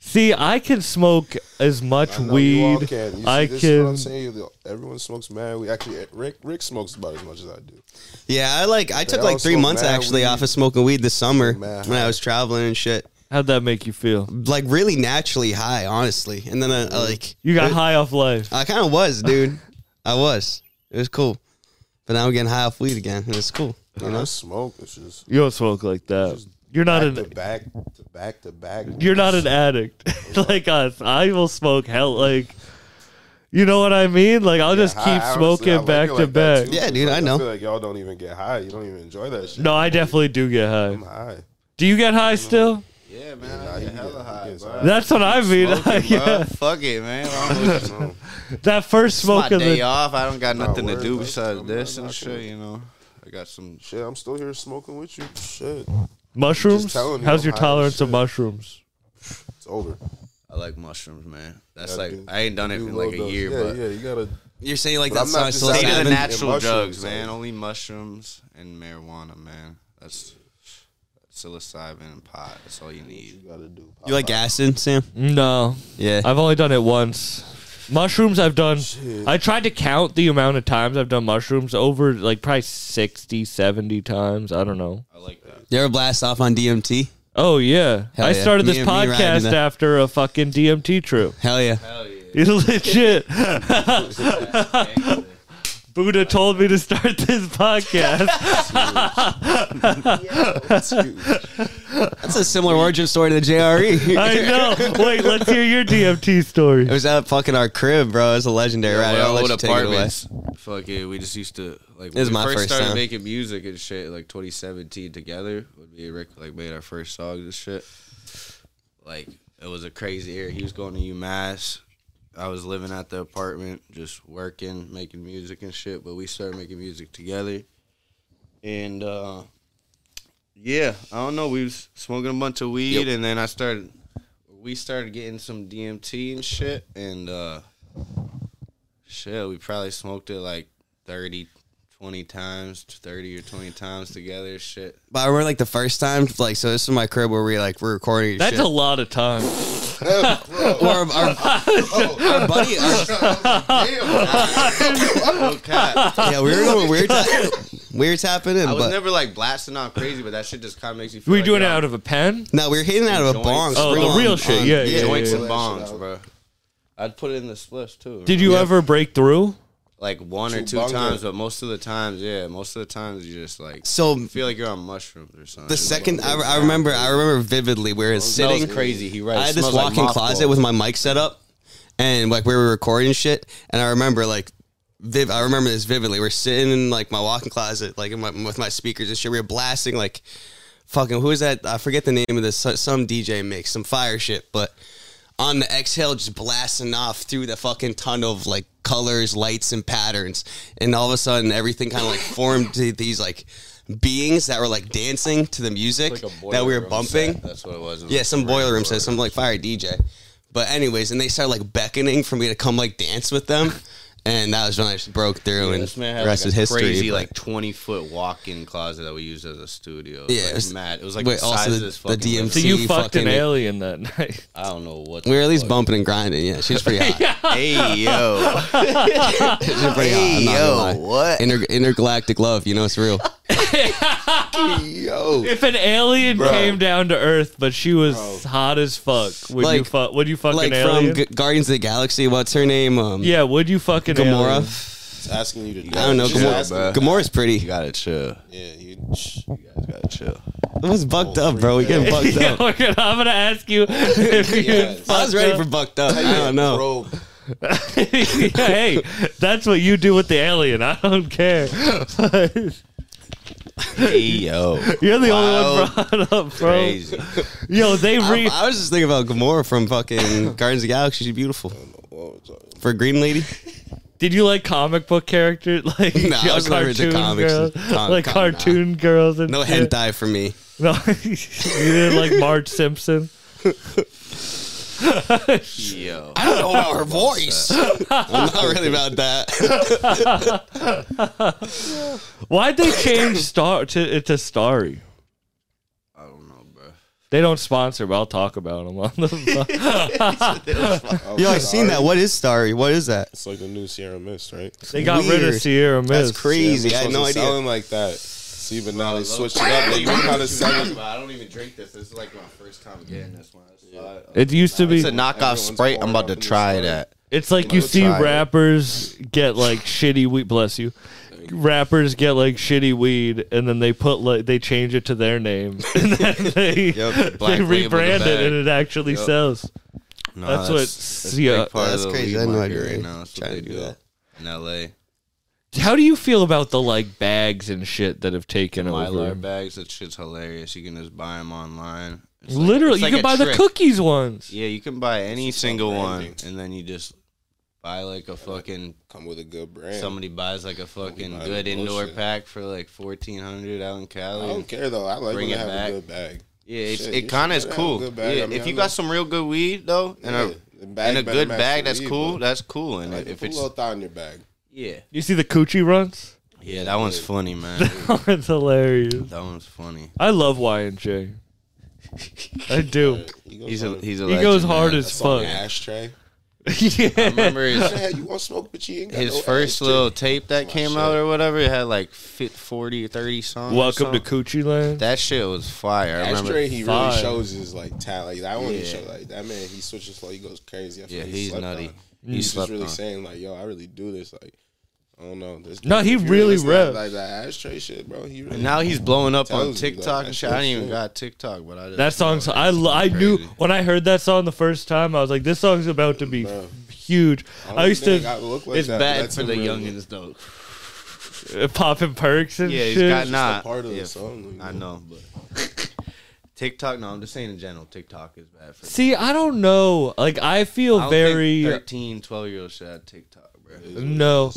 See, I can smoke as much I know you all weed. can. You see, I this is what can. I'm saying. You- Everyone smokes mad. We actually, Rick, Rick smokes about as much as I do. Yeah, I like I took all like three smoke months mad actually weed. off of smoking weed this summer Mad when I high. was traveling and shit. How'd that make you feel? Like really naturally high, honestly. And then I, I like You got high off life. I kind of was, dude. I was. It was cool. But now I'm getting high off weed again, and it's cool. You Uh-huh. know, smoke. It's just You don't smoke like that. You're not back to an. back to back to back. You're not an addict like us. I will smoke hell like. You know what I mean? Like I'll just High, keep honestly, I smoking like back it to like back. that, too. Yeah, dude, Like, I know. feel like y'all don't even get high. You don't even enjoy that shit. No, I definitely do get high. I'm high. Do you get high still? Yeah, man. I get hella high, bro. That's what I mean. Like, Smoking, bro. yeah. Fuck it, man. I'm just That first my smoke of day the off. I don't got nothing to worried do about it. besides I'm this not and knocking shit. it. You know, I got some. Shit, I'm still here smoking with you. Shit, mushrooms. Just telling you, How's I'm your high as tolerance of shit. mushrooms? it's over. I like mushrooms, man. That's Gotta like do- I ain't done it do in low like a dose. year, yeah, but yeah, you gotta. You're saying like But I'm that's not not just so out They Stay to do the Salmon the nat- and natural mushrooms, drugs, man. like- Only mushrooms and marijuana, man. That's psilocybin and pot. That's all you You need. gotta do. You like acid, Sam? Uh, No, Yeah. I've only done it once. Mushrooms, I've done. Shit. I tried to count the amount of times I've done mushrooms over like probably 60, 70 times. I don't know. I like that. You ever blast off on DMT? Oh, yeah. Hell I yeah. started Me this and- me and Ryan did podcast that. after a fucking DMT trip. Hell yeah. Hell yeah. Legit. Buddha told me to start this podcast. That's a similar origin story to the JRE. I know. Wait, let's hear your DMT story. It was at fucking our crib, bro. It was a legendary ride. Well, I'll our let old you take it away. apartments, fuck it. We just used to like. When This is we my first first started time. making music and shit, like 2017 together. When me and Rick like made our first songs and shit. Like it was a crazy era. He was going to UMass. I was living at the apartment, just working, making music and shit. But we started making music together, and uh yeah, I don't know. We was smoking a bunch of weed, and then I started. We started getting some DMT and shit, and uh Shit, we probably smoked it like 30, 20 times, 30 or 20 times together. Shit. But I remember like the first time, like so this is my crib where we like we're recording. and That's shit. a lot of time. Bro, Or our, our buddy, our- No cap. yeah, we were going, we were, ta- we were tapping in, I was but never like blasting out crazy, but that shit just kind of makes you feel We like doing it you're out of a pen? no, we were hitting out of a Joints. bong. Oh, spring the real on- shit, on- yeah, yeah, on yeah. joints yeah, and yeah. bongs, bro. I'd put it in the spliffs too. Did you ever break through? like one or Two two bongo. times, but most of the times, yeah, most of the times you just like So feel like you're on mushrooms or something. the second I, I remember, I remember vividly we were sitting sitting. crazy. He right. I had It this smells like walk-in mothballs. closet with my mic set up, and like we were recording shit. And I remember like, viv- I remember this vividly. We're sitting in like my walk-in closet, like in my, with my speakers and shit. We were blasting like, fucking who is that? I forget the name of this. so- Some DJ mix, some fire shit, but. On the exhale, just blasting off through the fucking tunnel of like colors, lights, and patterns, and all of a sudden everything kind of like formed to these like beings that were like dancing to the music Like a boiler that we were room bumping. set, That's what it was. It was Yeah, like some a boiler room regular- says some like fire DJ. But anyways, and they started like beckoning for me to come like dance with them, and that was when I just broke through and This man had the rest like is a history. crazy, but- like twenty foot walk in closet that we used as a studio. Yeah, Yeah, it it was- was mad. It was like wait, the also size the- of this the fucking. DMC living So you See, fucked an fucking- alien that night. room. I don't know what. we were at least bumping and grinding. Yeah, she's pretty hot. hey yo, She's pretty hot. I'm not gonna lie. Inter- intergalactic love, you know it's real. yo, If an alien came down to Earth, but she was hot as fuck, would you Like- fuck? Would you fuck like an alien? from G- Guardians of the Galaxy. What's her name? Um, yeah, would you fuck an alien? Gamora. it's asking you to. I don't know. She's Gamora, asking- Gamora's pretty. uh, you gotta chill. Yeah, you, shh, you guys got Gotta chill. It was bucked up, bro. You're getting bucked Yeah, up. we're gonna- I'm gonna ask you if you Yes. fucked I was ready up. for bucked up. I don't know. Bro, Yeah, hey, that's what you do with the alien. I don't care. Hey yo, You're the Wow. only one brought up, bro. crazy. Yo, they re. I, I was just thinking about Gamora from fucking Guardians of the Galaxy. She's beautiful. For a green lady, Did you like comic book characters, like No, I was never into cartoon comics. girls, Com- like com- nah. cartoon girls and no shit? hentai for me. No, you didn't like Marge Simpson. yo, I don't know about her voice. I'm not really about that. Why'd they change Star to to Starry? I don't know, bro. They don't sponsor, but I'll talk about them on the. Yo, I seen that. What is Starry? What is that? It's like the new Sierra Mist, right? They got rid Weird. of Sierra Mist. That's crazy. I had no idea. Selling like that. See, but now they switched it up. Like, we're kind of selling. I don't even drink this. This is like my first time getting this one. It used to be. It's a knockoff Everyone's Sprite. I'm pouring about to up in try the store. that. It's like you Let's see try it. rappers get like shitty weed. Bless you. Rappers get like shitty weed, and then they put like they change it to their name, and then they Yep, black they label the rebrand it, bag. and it actually Yep. sells. No, That's what uh, Sierra- big part of That's the crazy. weed I had no market idea Right they now. That's tried to what they do do that. in L.A. How do you feel about the like bags and shit that have taken over? Mylar bags. That shit's hilarious. You can just buy them online. It's like- Literally, it's like you a can buy trick. the cookies ones. Yeah, you can buy any It's single one, branding. and then you just buy like a fucking. Come with a good brand. Somebody buys like a fucking buy good the indoor bullshit. pack for like fourteen hundred out in Cali. I don't care though. I like Bring when they it have back. a good bag. Yeah, it's, Shit, it you kind of is should have a cool. good bag. Yeah, I mean, if I you know. got some real good weed though, and Yeah, the a bag and a better good match bag the that's weed, cool, but- that's cool. And Like, if put a it's little thought in your bag. yeah, You see the coochie runs? yeah, that one's funny, man. that it's hilarious. one's funny. I love Y and J. I do. He goes He's on a he's a He goes legend, hard man. as that's on fuck. an ashtray. I yeah. remember his, Hey, you want smoke, but you ain't got his no first ashtray. little tape that came shit. out or whatever. It had like fit 40 or 30 songs. or Welcome to something. Coochie Land. that shit was fire. I remember. Ashtray, he Fine. really shows his like talent. Like that one, Yeah. he show like that man. He switches slow. He goes crazy. I feel Yeah, like he's slept nutty. on. He He's slept just really on. saying like, "Yo, I really do this." Like, I don't know. This No, dude, he if you really listen to reps. like that ashtray shit, bro. He really And now he's blowing up on Tells you, like, TikTok and that shit. I shit's didn't even sick. got TikTok, but I just That song's I lo- I knew when I heard that song the first time I was like this song's about to be Bro. huge. I, don't used think to I look like It's that, but bad that's for a the really- youngins though. uh, popping perks and Yeah, he's shit. got a not part of the yeah, song, I you know, but TikTok. No, I'm just saying in general, TikTok is bad for. See, I don't know. Like I feel I don't think very uh, 13, 12 year olds should have TikTok, bro. no,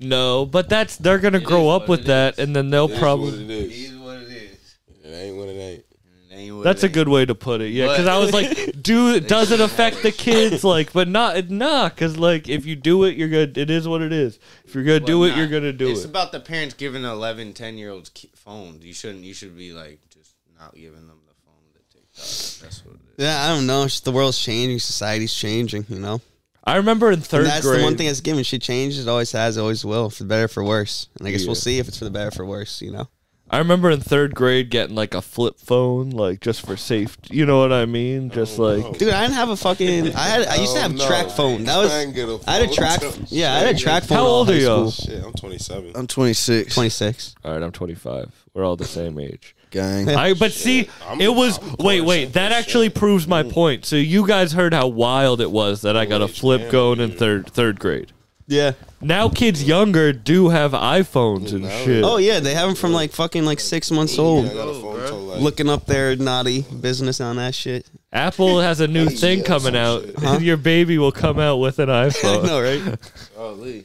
no. But that's they're gonna grow is up what with it that, and then they'll It is what probably. it is. It is what it is. It ain't what it ain't. It ain't what That's it a good way to put it. Yeah, because I was like, do does it affect the kids? Like, but not nah. Because like, if you do it, you're good. It is what it is. If you're gonna ain't. do it, Nah, you're gonna do It's it. about the parents giving 11, 10 year olds ki- phones. You shouldn't. You should be like just not giving them the phone. To TikTok. That's what it is. Yeah, I don't know. It's just the world's changing. Society's changing, you know? I remember in third And that's grade. the one thing that's given. She changes. It always has. It always will. For the better, for worse. And I guess Yeah. we'll see if it's for the better, for worse, you know? I remember in third grade getting like a flip phone, like just for safety. You know what I mean? Just Oh, like Dude, I didn't have a fucking. I had. I used to Oh, have no. track phone. That was. I didn't get a I had a phone. track. Yeah, I had a track phone. How all old high are you? school. Shit, I'm 27. I'm 26. Twenty six. All right, I'm 25. We're all the same age. Gang. I but see, I'm- it was I'm wait, close. wait. That actually proves my point. So you guys heard how wild it was that I got a flip going in third third grade. Yeah. Now kids younger do have iPhones and shit. Oh yeah, they have them from like fucking like six months Yeah, I old. got a phone till like Looking up their naughty business on that shit. Apple has a new thing yeah, coming some out. shit. Your baby will come out with an I iPhone. know, right? Oh, Lee.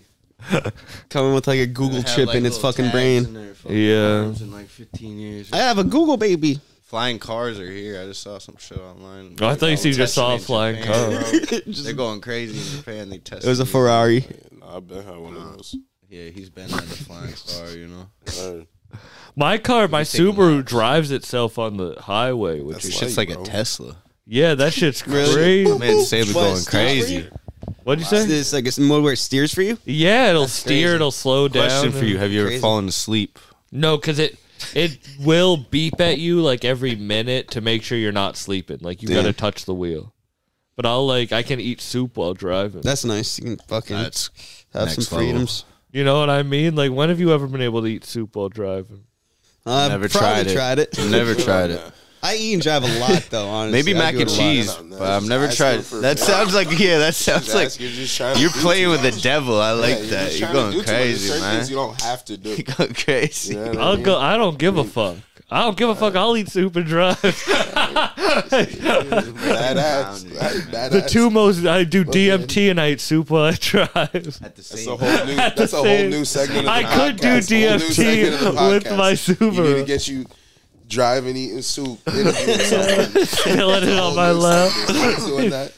Coming with like a Google chip in its fucking brain. Yeah. In like 15 years. I have a Google baby. Flying cars are here. I just saw some shit online. Oh, I thought you said you just saw a Testing in flying Japan, car. bro. They're going crazy in Japan. They tested. It was a Ferrari. Nah, I've been had one of those. Yeah, he's been at the flying car, you know. Word. My car, my taking Subaru laps. drives itself on the highway, which is That's shit's like a Tesla. yeah, that shit's Really? crazy. Man, Sabre What, going stop crazy. What'd you say? It's like a mode where it steers for you. Yeah, it'll steer, crazy. it'll slow down. Question for and- you: Have you ever Crazy. fallen asleep? No, because it it will beep at you like every minute to make sure you're not sleeping. Like you gotta touch the wheel. But I'll like I can eat soup while driving. That's nice. You can fucking That's have next some level. freedoms. you know what I mean? Like when have you ever been able to eat soup while driving? I've Never probably tried it. tried it. Never tried it. I eat and drive a lot though. Honestly, Maybe I mac do and it a lot. cheese, No, no, but I've just never ask tried. him for- That sounds like yeah. That sounds Just like ask, you're just trying to you're do playing too with the much. devil. I like Yeah, you're that. just You're trying going to do too much. There's crazy, certain man. Things you don't have to do. You're going crazy. You know what I I'll mean? go I don't give a fuck. I don't give a fuck. I'll eat soup and drive. Badass. Badass. The two most I do DMT and I eat soup while I drive. At the That's same. a whole new. That's a whole same- new segment. Of the I could do podcast, a whole new DMT segment of the with podcast. my You need to Subaru. get you driving, eating soup, interviewing someone. Filling it on my lap. Doing that.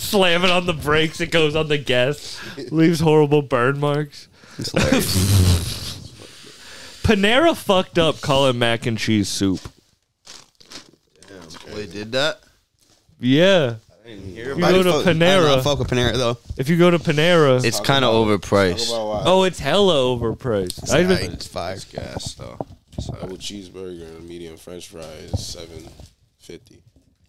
Slam it on the brakes. It goes on the gas. Leaves horrible burn marks. Panera fucked up calling mac and cheese soup. Wait, did that? Yeah. If you go to Fuck- I don't know, I Panera, fuck with Panera though. if you go to Panera, It's kind of Talk overpriced. about why. oh, it's hella overpriced. I Alright, even, it's fire. gas though. Double cheeseburger and medium French fries, seven fifty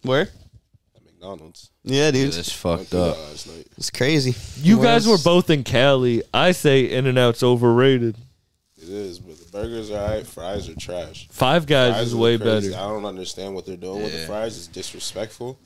Where? at McDonald's. Yeah, dude, It's fucked Went up. there last night. it's crazy. you Where guys were else? both in Cali. I say In and Out's overrated. It is, but the burgers are alright. Fries are trash. Five Guys Fries is are way crazy. better. I don't understand what they're doing with the fries. It's disrespectful.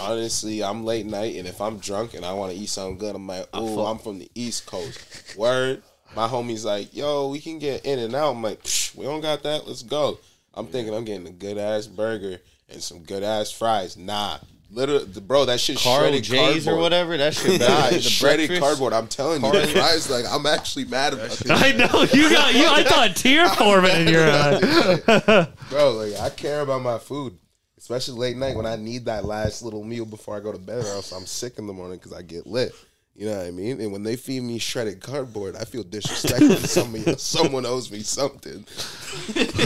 Honestly, I'm late night, and if I'm drunk and I want to eat something good, I'm like, "Oh, I'm from the East Coast." Word. My homie's like, "Yo, we can get In and Out." I'm like, "Psh, "We don't got that. Let's go." I'm thinking I'm getting a good ass burger and some good ass fries. Nah, literally, bro, that shit Carl shredded J's or cardboard. whatever. That shit. Nah, bad. it's The shredded breakfast- cardboard. I'm telling you, the fries. Like, I'm actually mad about this. I know you got you. I thought a tear forming in your eye. Bro, like I care about my food, especially late night when I need that last little meal before I go to bed, or else I'm sick in the morning because I get lit. You know what I mean? And when they feed me shredded cardboard, I feel disrespected. somebody, someone owes me something.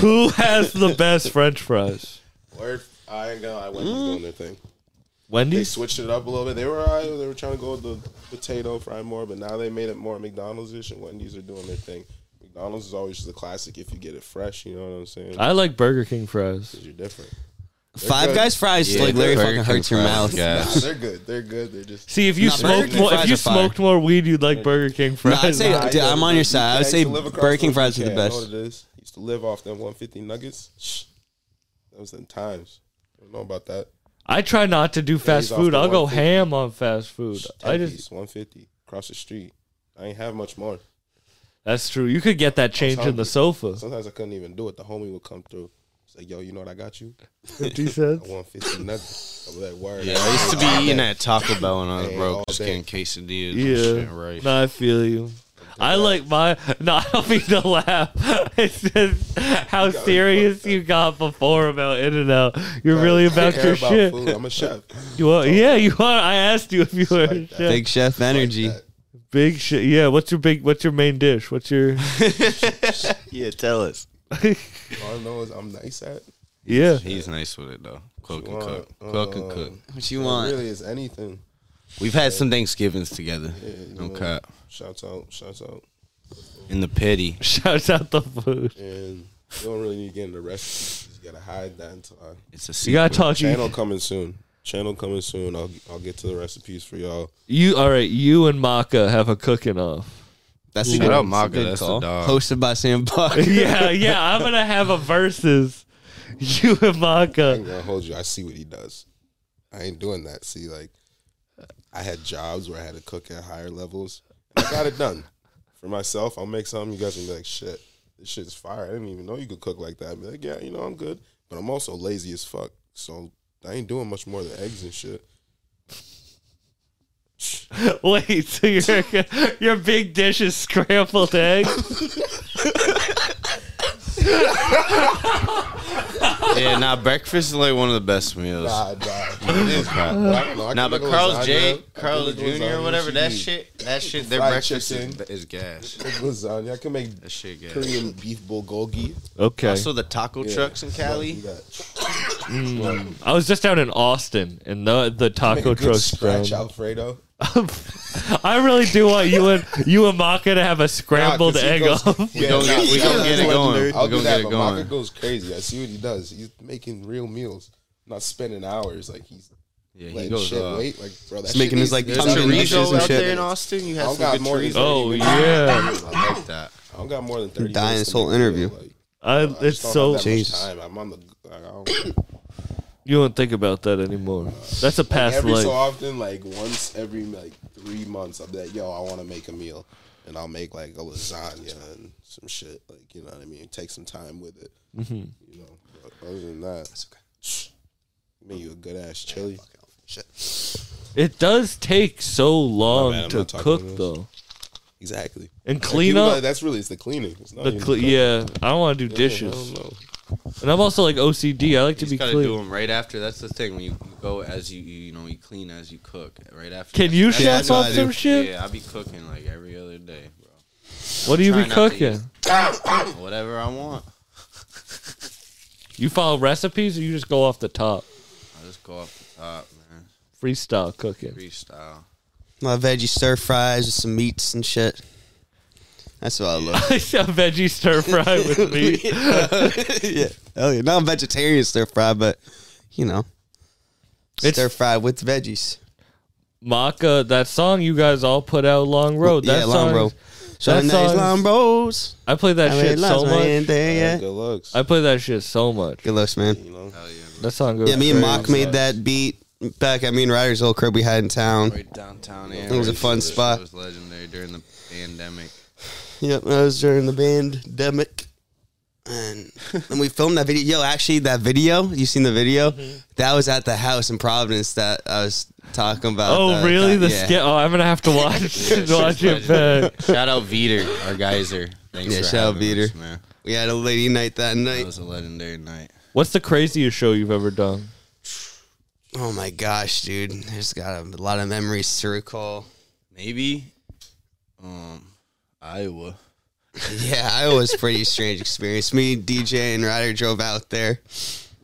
Who has the best French fries? Or I ain't gonna. I went doing their thing. They Wendy's. switched it up a little bit. They were all right. they were trying to go with the potato fry more, but now they made it more McDonald's ish, and Wendy's are doing their thing. McDonald's is always the classic if you get it fresh. You know what I'm saying? I like Burger King fries. You're different. Five good. Guys fries Yeah, like Larry Burger fucking King hurts your fries, mouth. guys. Nah, they're good. They're good. They're just See, if you Nah, Burger smoked King more, if fries you are fire. smoked more weed, you'd like Burger King No, I'd fries. say, I dude, don't I'm know. on your You side. I would can't say used to live across Burger King from fries are the UK. I know best. what it is. Used to live off them 150 nuggets. Shh. That was in times. I don't know about that. I try not to do fast off food. the I'll go 150. ham on fast food. I 10 just piece, 150 across the street. I ain't have much more. that's true. You could get that change in the hungry. sofa. Sometimes I couldn't even do it. The homie would come through. It's like, yo, you know what I got you? Fifty A cents. 150 nuggets. I was like, word. Yeah, I used to be eating at Taco Bell when I was Hey, broke, all just day. getting quesadillas. Yeah, Yeah, shit, right. No, I feel you. I like my. No, I don't mean to laugh. It's just how serious you got before about In and Out. You're really I about care your about shit. Food. I'm a chef. You are, yeah, you are. I asked you if you were a that. chef. Big Chef energy. that. big shit. Yeah. What's your big? What's your main dish? What's your? Yeah, tell us. All I know is I'm nice at Yeah. He's nice with it though. Cloak and Well, cook. uh, Cloak and cook. What you it want? Really, is anything. We've had some Thanksgivings together. you No know. cap. Shouts out, shouts out, In the pity. Shout out the food. and you don't really need to get into recipes. You just gotta hide that until I. It's a You gotta secret. talk. Channel You, coming soon. Channel coming soon. I'll I'll get to the recipes for y'all. you all right? You and Maka have a cooking off. That's a Shout good, out that's a Maka, good that's the call. uh, dog. Hosted by Sam Buck. Yeah, yeah. I'm gonna have a versus. You and I Maka. ain't gonna hold you. I see what he does. I ain't doing that. See, like I had jobs where I had to cook at higher levels. And I got it done for myself. I'll make something. You guys will be like, shit, this shit's fire. I didn't even know you could cook like that. I'd be like, yeah, you know, I'm good, but I'm also lazy as fuck. So I ain't doing much more than eggs and shit. Wait, so your your big dish is scrambled eggs? Yeah, now breakfast is like one of the best meals. Nah, nah. I don't know. I Now, can but make a Carl's lasagna. I J, can make Carl's a Jr. or lasagna. whatever, She that eat shit, that shit, their fried breakfast is, chicken. is gas. Lasagna. I can make That shit gas. Korean beef bulgogi. Okay. Also, the taco trucks in Cali. Do that. I was just down in Austin, and the the taco Good trucks. scratch down. Alfredo. I really do want you and you and Maka to have a scrambled Nah, 'cause he egg goes- off. Yeah, gonna get- we nah, gonna nah, get it nah, going. dude. We I'll do gonna that, get it but Maka going. goes crazy. I see what he does. He's making real meals, not spending hours. Like he's Yeah, he letting goes uh, shit off. wait. Like bro, that's He's making his, like, There's Tons of dishes chorizo and out shit. there in Austin. You I have don't some got good more than chorizo. Oh, 30 minutes. yeah. I Like that. don't got more than thirty. dying minutes this to whole make a meal. interview. Like, I, I it's just so don't have that much Jesus. time. I'm on the. Like, I don't, you don't think about that anymore. That's a past every life. so often, like once every like three months, I'll be like, "Yo, I want to make a meal," and I'll make like a lasagna and some shit. Like you know what I mean? Take some time with it. Mm-hmm. You know. But other than that, that's okay. I mean, you a good ass chili. Shit. It does take so long bad, I'm to not talking to cook this. though, Exactly. and Like, clean people up. like, that's really it's the cleaning. It's not the even cle- cooking. yeah, I don't want to do dishes, and I'm also like OCD. I like to You be just gotta clean. do them right after. That's the thing. When you go as you, you you know, you clean as you cook. Right after. Can that- you that's- chef what up I do. some shit? Yeah, I be cooking like every other day, bro. What do you Try be not to eat. cooking? Whatever I want, You follow recipes, or you just go off the top, I just go off the top, man. freestyle cooking? Freestyle. My veggie stir fries with some meats and shit. That's what I love. I saw veggie stir fry with me. yeah. Hell yeah. Not vegetarian stir fry, but you know. It's- stir fry with veggies. Maka, that song you guys all put out, Long Road. Oh, That yeah, song, long roll. Showing song's- those long rolls. I play that I shit mean, so last much. man there, Yeah, yeah. Good looks. I play that shit so much. Good looks, man. you know. Hell yeah, bro. That song goes. Yeah, me and crazy. Mock made that beat back at me and Ryder's old crib we had in town. Right downtown. It was a fun spot. It was legendary during the pandemic. Yep, that was during the pandemic. And and we filmed that video. Yo, actually, that video you seen the video? That was at the house in Providence that I was talking about. Oh, that really? time. The yeah. skit? Oh, I'm gonna have to watch watch it back. Shout out Veter, our geyser. Thanks Yeah, for shout out having Veter. us, man. We had a lady night that That night. was a legendary night. What's the craziest show you've ever done? Oh my gosh, dude! I just got a lot of memories to recall. Maybe, um, Iowa. Yeah, I was pretty strange experience. Me, DJ, and Ryder drove out there.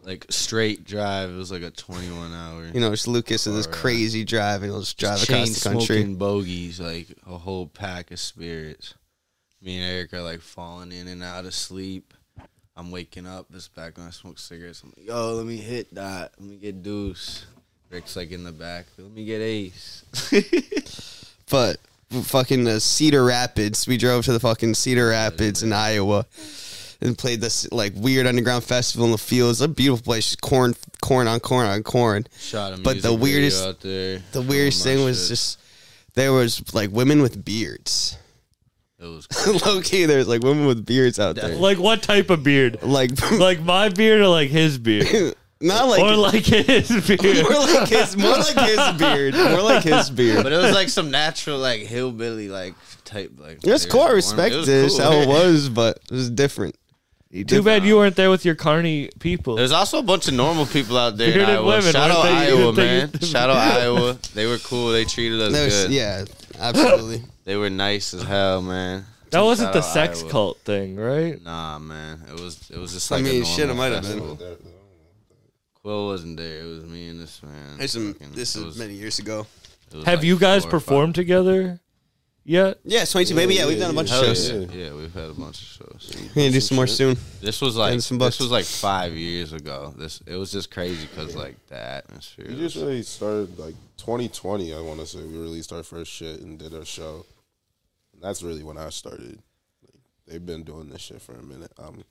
Like straight drive. It was like a 21 hour. You know, it's Lucas and this crazy drive, and he'll just drive chain across the country. smoking bogeys, like a whole pack of spirits. Me and Eric are like falling in and out of sleep. I'm waking up. This back when I smoke cigarettes. I'm like, yo, let me hit that. Let me get deuce. Rick's like in the back. Let me get ace. but fucking uh, Cedar Rapids. We drove to the fucking Cedar Rapids in Iowa and played this like weird underground festival in the fields. A beautiful place, just corn, corn on corn on corn. Shot him. But the weirdest- out there. The weirdest Oh, my thing was shit. just there was like women with beards. it was Low key, there's like women with beards out there. Like what type of beard? Like, Like my beard or like his beard? not like. or like his beard? more like his, more like his beard, more like his beard. But it was like some natural like hillbilly like type like. That's weird cool. I one. respect It was this. cool. How it was, but it was different. Too bad you weren't there with your carny people. There's also a bunch of normal people out there in Bearded Iowa. women, Shout weren't out they? You Iowa, didn't man. think it- Shout out Iowa. They were cool. They treated us There's- good. yeah, absolutely. They were nice as hell, man. That wasn't Shout the out sex Iowa. cult thing, right? Nah, man. It was it was just I like a mean, shit, normal it might have been. festival. That- Will wasn't there. It was me and this man. This is, Fucking- this it is was- many years ago. it was Have like you guys four or five- performed together yet? Yeah, it's 22, baby. Yeah, we've done a bunch of Hell shows. yeah. yeah, we've had a bunch of shows. We're gonna do some more soon. This was like And some this bucks. was like five years ago. This it was just crazy because like the atmosphere. We just was- really started like 2020. I want to say we released our first shit and did our show. And that's really when I started. Like, they've been doing this shit for a minute. I'm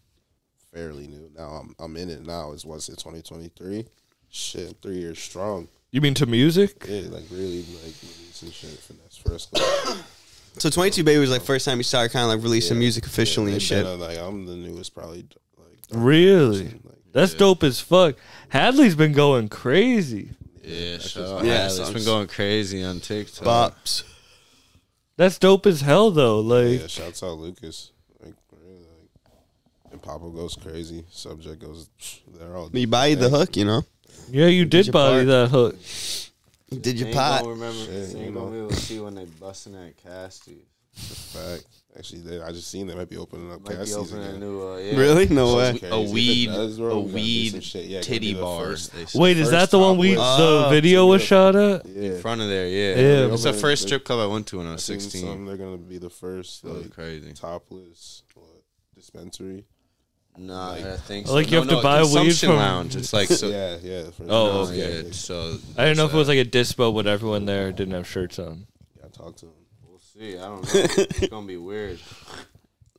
fairly new now. I'm I'm in it now. It's what's it 2023? Shit, three years strong. You mean to music? Yeah, like really like releasing shit for that's first. Like, So 22, baby was like first time we started kind of like releasing Yeah. music officially they've and shit. been on, like I'm the newest probably. Like Really? like, That's dope as fuck. Hadley's been going crazy. yeah, shout out Yeah, Hadley. it's songs. been going crazy on TikTok. Bops. That's dope as hell though. Like Yeah, shouts out Lucas. Like, really, like, and Papa goes crazy. Subject goes. psh, They're all. You buy the hook, you know? yeah, you did your body part. that hook. You did your pot. remember. Shit, they ain't you gonna know. be able to see when they busting at Casties. Fact. Actually, they, I just seen they might be opening up Cassie's again. new. Uh, Really? No way. Crazy. A If it weed, does, bro, a we gotta do some weed shit. Yeah, it could be titty the bar. first- they say. Wait, is that the one we top the list. video was Yeah. shot at? Yeah, in front of there? Yeah, Yeah. it's the They- first they- strip club I went to when I I was seen sixteen. some, They're gonna be the first That was like crazy. topless what, dispensary. Nah, Like- I think so. Like, you have to buy weed consumption from- lounge. It's like so. yeah, yeah. the first- Oh, Oh, yeah, yeah. yeah, So I didn't know if it was like a dispo, but everyone there didn't have shirts on. yeah, I talked to him. We'll see. I don't know. It's gonna be weird.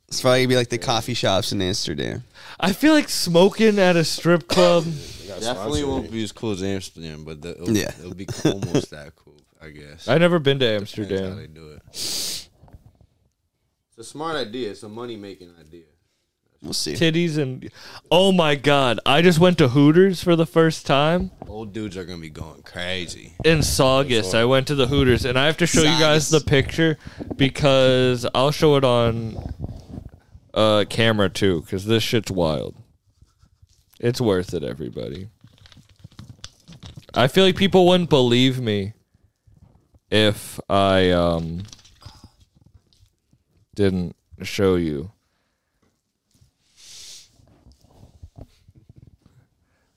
It's probably gonna be like the coffee shops in Amsterdam. I feel like smoking at a strip club. They got Definitely sponsored. won't be as cool as Amsterdam, but the, it'll, Yeah. it'll be almost that cool, I guess. I've never been to Depends how Amsterdam. they do it. It's a smart idea. It's a money making idea. We'll see. titties and oh my god i just went to hooters for the first time Old dudes are gonna be going crazy. in saugus i went to the hooters and i have to show you guys the picture because i'll show it on uh camera too because this shit's wild it's worth it everybody i feel like people wouldn't believe me if i um didn't show you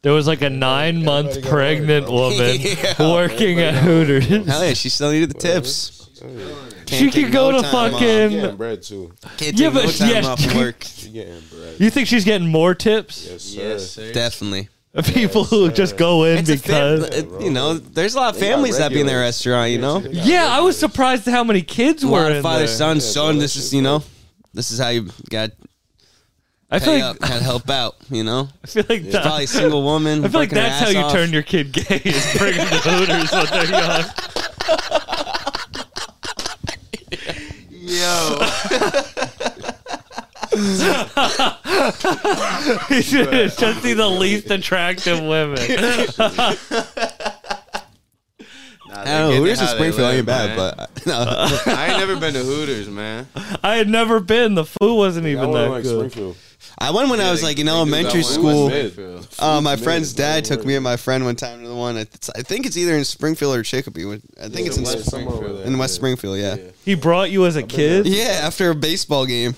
there was like a nine month pregnant woman working at Hooters. Hell yeah, she still needed the tips. She could go to fucking. You getting bread too. Yeah, yeah, but- but no time yes. off work. You getting bread? You think she's getting more tips? Yes, sir. sir. Definitely. of People who just go in It's a fam- because. it- you know, there's a lot of families that be in their regulars. restaurant. You know, They got yeah, I was surprised at how many kids a were lot in of father there. son son. bro, This that's is it, you know, this is how you got I feel pay like up, how to help out. You know, I feel like that, probably a single woman. I feel like working her that's how ass you off. turn your kid gay is bring him to Hooters when they're young. Yo, You should just see the least attractive women. nah, I don't know. Hooters in Springfield ain't bad, but no. I ain't never been to Hooters, man. I had never been. The food wasn't I even wanna that like good. Springfield. I went when I was like in elementary school. Uh, my friend's dad took me and my friend one time to the one. At, I think it's either in Springfield or Chicopee. I think it's in, Somewhere Springfield. over there. in West Springfield. Yeah. He brought you as a kid. Yeah, after a baseball game.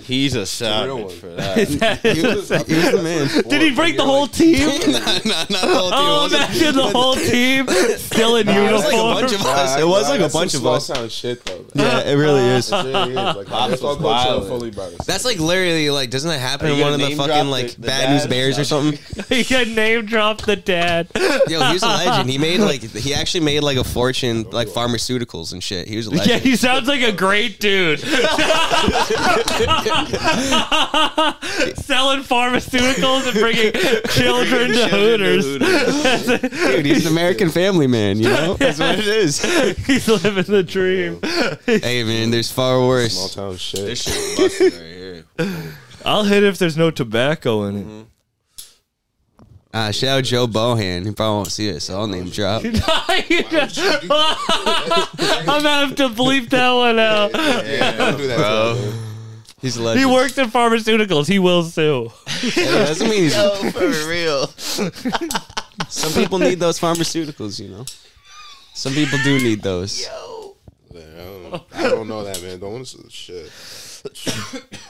He's a real savage one. for that. He was, he was the man. Did he bring the whole team? nah, nah, not the whole team. Oh, It wasn't- imagine the whole team still in it was like a bunch uniform. of us. It was like a bunch of us. Sound shit though. Yeah, it really is. It really is. Like, that's all was culture wild. fully by itself. That's like literally like doesn't that happen Are you in one of gonna the name drop fucking the- like the Bad News dad? Bears or something? He had name dropped the dad. Yo, he was a legend. He made like he actually made like a fortune like pharmaceuticals and shit. He was a legend. Yeah, he sounds like a great dude. Selling pharmaceuticals and bringing children to Hooters. Dude, he's an American family man, you know? That's what it is. He's living the dream. hey man, there's far small worse. town This shit. shit busted right here. I'll hit if there's no tobacco in it. Uh, shout out Joe Bohan. He probably won't see it, so I'll name drop. I'm gonna have to bleep that one out. Don't do that, Bro, He's a He legend. worked in pharmaceuticals. He will sue. Hey, doesn't mean he's, for real. some people need those pharmaceuticals, you know. Some people do need those. Man, I don't- I don't know that, man. Don't listen to shit.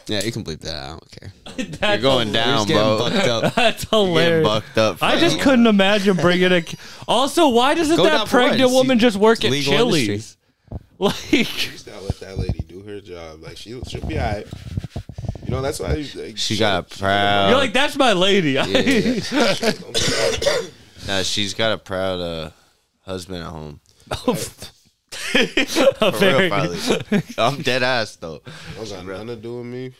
Yeah, you can bleep that. out. I don't care. That's You're going hilarious. down, Getting bro. fucked up. That's You're Getting hilarious. bucked up. I just fam. couldn't imagine bringing a. Also, why doesn't Go that down for pregnant rights. woman just work at Legal Chili's? Like, Just gotta let that lady do her job. Like she, she'll be alright. You know, that's why you, like, She shut- got a shut proud. you're like, that's my lady. up. Don't do that. Nah, she's got a proud uh, husband at home. A For very- real, probably. I'm dead ass though. Don't got nothing to do with me.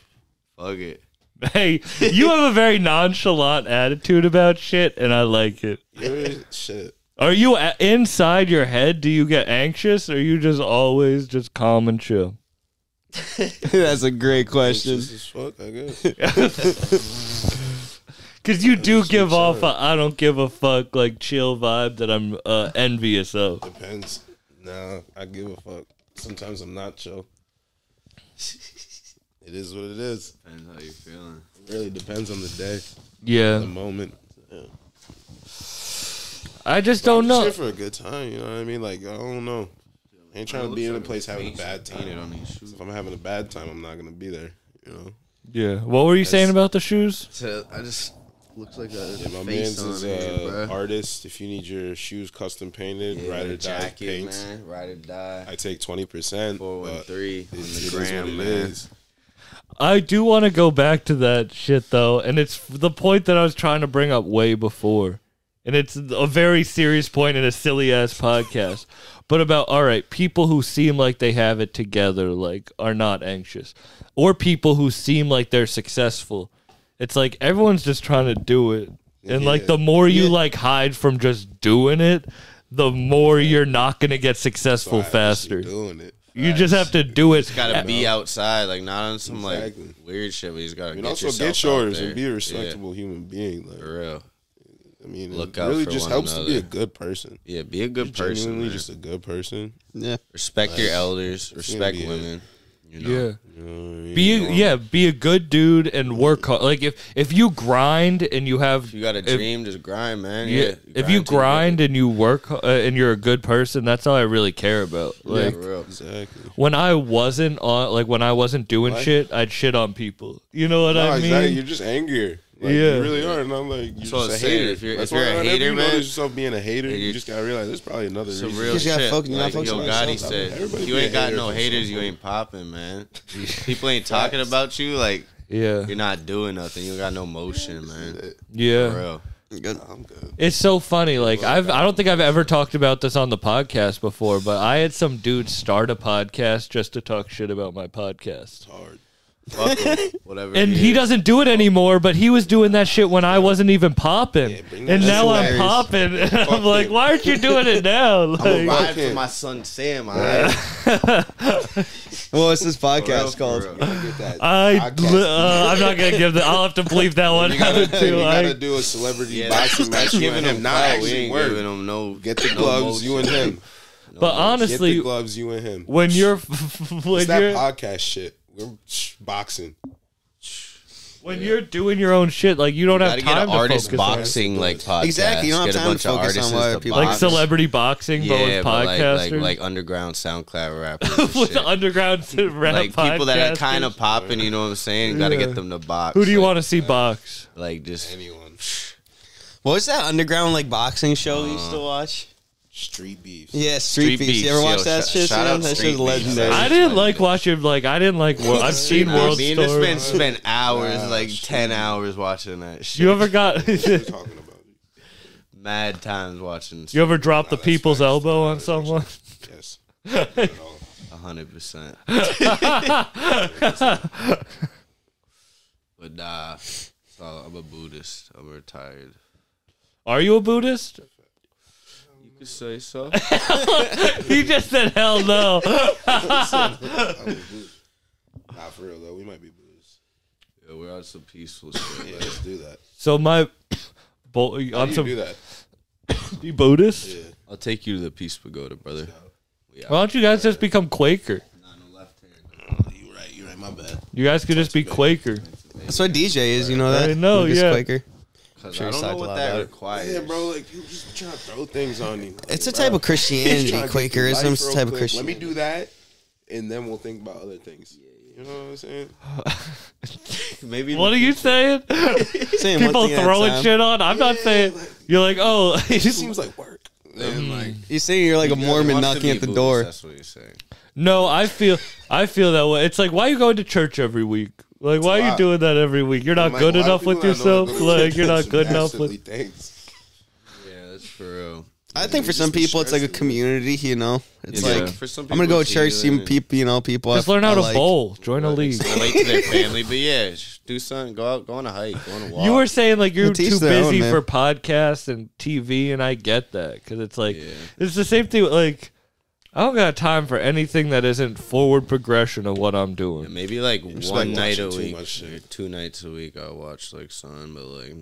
Fuck it. hey, you have a very nonchalant attitude about shit, and I like it. Really? Shit. Are you a- inside your head? Do you get anxious, or are you just always just calm and chill? That's a great question. Anxious as fuck, I guess. Because you do give off a I don't give a fuck like chill vibe that I'm uh, envious of. Depends. Nah, I give a fuck. Sometimes I'm not chill. It is what it is. Depends how you feeling. It really depends on the day, the Yeah, moment. I just don't Just know. here for a good time, you know what I mean? Like, I don't know. I ain't trying to be in a place having a bad Painted on time. these shoes. If I'm having a bad time, I'm not going to be there, you know? Yeah, what were you saying about the shoes? So I just looks like a Yeah, my man's face on is here, uh, bruh. artist. If you need your shoes custom painted, Yeah, ride or die jacket, paints, man. Ride or die. I take 20%. Four one but three on it the is what gram, it man. is. I do want to go back to that shit though, and it's the point that I was trying to bring up way before. And it's a very serious point in a silly ass podcast. But about all right, people who seem like they have it together like are not anxious or people who seem like they're successful. It's like everyone's just trying to do it. And like Yeah. the more you like hide from just doing it, the more you're not going to get successful I actually faster. Doing it. You just have to do it. Gotta be outside, like not on some Exactly. like weird shit, but you just gotta And get also yourself get yours out there. and be a Yeah, respectable human being. Like, for real. I mean, Look it out really for just one helps to be a another. good person. Yeah, be a good person. Genuinely, man. just a good person. Yeah. respect your elders, respect be it. women. You know, Yeah. You know what I mean? Be a, yeah, be a good dude and work hard. Like if if you grind and you have if you got a if- dream, just grind, man. yeah, Yeah, if you till get grind it. and you work uh, and you're a good person, that's all I really care about. Like for real. exactly. when I wasn't on, like when I wasn't doing shit, I'd shit on people. You know what No, I mean? exactly. You're just angrier. Like, Yeah. You really are. And I'm like, you're what I'm just a saying. hater. If you're- That's if you're why a whenever hater, you man, notice yourself being a hater, you- you just gotta realize there's probably another Some reason. real Just gotta shit. focus- you gotta like, focus yo, on Gotti yourself. said, Everybody if you be a ain't got hater no for haters, you ain't popping, man. People ain't talking about you, like yeah, you're not doing nothing. You got no motion, man. yeah. For real. Good. I'm good. It's so funny. Like I've I don't think I've ever talked about this on the podcast before, but I had some dude start a podcast just to talk shit about my podcast. Hard. Fuck 'em. Whatever. and he is. doesn't do it anymore. But he was doing that shit when I wasn't even popping, bring that and shit now I'm hilarious. popping. And I'm Fuck like, it. why aren't you doing it now? Like, Ride for my son Sam. all right? Well, it's this real, podcast for called. real. Get that. I, Podcast. li- uh, I'm not gonna give that. I'll have to bleep that one out you too. gotta I, do a celebrity Yeah, boxing that's, match. that's You giving and him him, not clout. We actually ain't work. giving him no. Get the no gloves, you and motion. him. but Get the honestly, gloves, you and him. when you're when It's that you're podcast shit. We're shh, boxing. when you're doing your own shit, like you don't have Gotta get time an to artist focus on boxing like podcast. Exactly, you don't have Get a time to bunch of focus on artists what to people- box. like celebrity boxing, but with but like, podcasters, like like underground SoundCloud rappers, and with shit. underground rap like people that are podcasters. kind of popping. You know what I'm saying? Got to get them to box. Who do you like, uh, want to see box? Like just Anyone. What was that underground like boxing show we used to watch? Street beefs. Yeah, Street, Street Beefs. You Beefs, ever watch yo, that shout- shit? shout man? out that Street shit's Beefs. legendary. I didn't like watching like I didn't like. Wor- I've seen World Me and this Story. man spent hours, like ten hours, watching that shit. You ever got We're you talking about mad times watching? ever dropped the people's elbow on someone? yes. hundred percent. But nah, so I'm a Buddhist. I'm retired. Are you a Buddhist? You could say so. He just said hell no. I'm a boot. Nah, for real though, we might be booze. Yeah, we're on some peaceful shit. Yeah, Like, let's do that. So my Bo- How I'm do you some do that? you Buddhist. Yeah. I'll take you to the peace pagoda, brother. Why don't you guys just become Quaker? You right, you right. My bad. You guys could just be Quaker. That's what DJ is. You know that? I know, Lucas yeah. Quaker. Because Sure, I don't know talked a what lot that about it. requires. Yeah, bro. Like you just trying to throw things on you. Like, It's a bro, type of just Christianity. trying to get through Quakerism life is a real type of quick. Let me Christianity. do that, and then we'll think about other things. You know what I'm saying? Maybe What are you saying? saying one People thing at a throwing time. shit on. I'm not saying you're like, oh, It just seems like work. And like You're saying you're like a you guys Mormon want to knocking be at the Buddhist, door. That's what you're saying. no. I feel, I feel that way. It's like, why are you going to church every week? Like, why are you lot. doing that every week? You're not Like, good a lot of enough people with that I know that yourself. go to Like, church you're not and good enough massively with. Thanks. Yeah, that's for real. I think for some be people it's like a stressed. community, you know. It's Yeah. like like, some I'm gonna go to it's church, see healing and- people, you know, people. Just I- learn I how to like. bowl. Join a league. relate to their family. But yeah, sh- do something. Go out, go on a hike, go on a walk. You were saying like you're They teach too their busy own, man. for podcasts and TV, and I get that because it's like it's the same thing. Like I don't got time for anything that isn't forward progression of what I'm doing. maybe like just, one like, night a watching too week, much shit. or two nights a week. I'll watch like sun, but like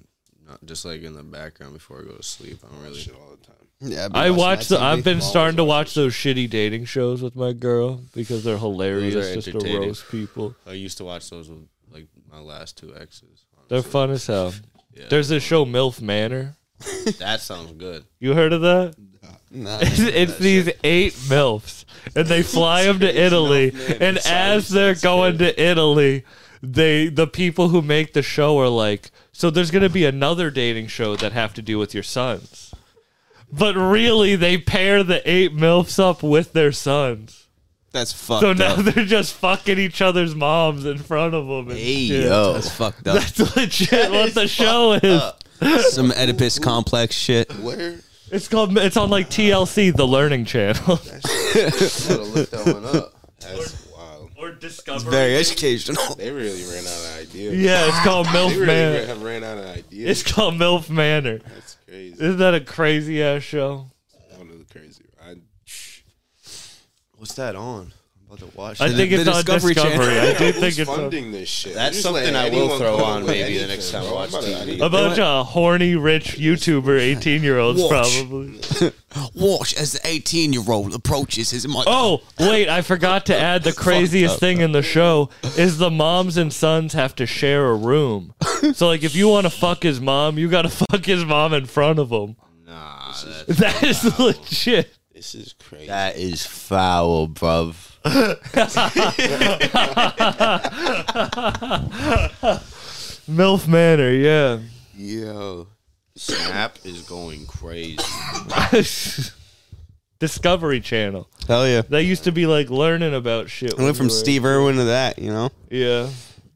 not just like in the background before I go to sleep. I don't really. Shit all the time. Yeah, I've been I watching watch that the. I've TV. been starting to watch those shitty dating shows with my girl because they're hilarious. Just to entertaining. roast people. I used to watch those with like my last two exes. They're fun as hell. Yeah. There's this show MILF Manor. That sounds good. You heard of that? Nah. It's, it's these eight milfs, and they fly them to Italy. and as they're going to Italy, they the people who make the show are like, so there's gonna be another dating show that have to do with your sons, but really they pair the eight milfs up with their sons. That's fucked So now up. they're just fucking each other's moms in front of them. And shit. That's fucked up. That's legit what the show is. Some Oedipus complex shit. Where? It's called. It's on like TLC, the Learning Channel, I gotta look that one up. That's wild. or Discovery. Very educational. They really ran out of ideas. Yeah, it's called They MILF Ah, really Manor. have ran out of ideas. It's called MILF Manor. That's crazy. Isn't that a crazy ass show? One of the crazy. I, What's that on? I'm about to watch. I that. think the it's on Discovery Discovery. Channel. I do think who's it's on. funding this shit? That's Just something let I will anyone throw come on up with maybe the next anything, time I bro. watch I'm about to- TV. a bunch of horny rich YouTuber eighteen year olds probably. Watch as the 18 year old approaches his mic. Oh wait, I forgot to add the craziest thing in the show is the moms and sons have to share a room. So like if you want to fuck his mom, you gotta fuck his mom in front of him. Nah, that, That is legit. This is crazy. that is foul, bruv. MILF Manor, yeah. Yo, Snap is going crazy. Discovery Channel. Hell yeah. That used to be like learning about shit. I when went you from were- Steve Irwin to that, you know? Yeah.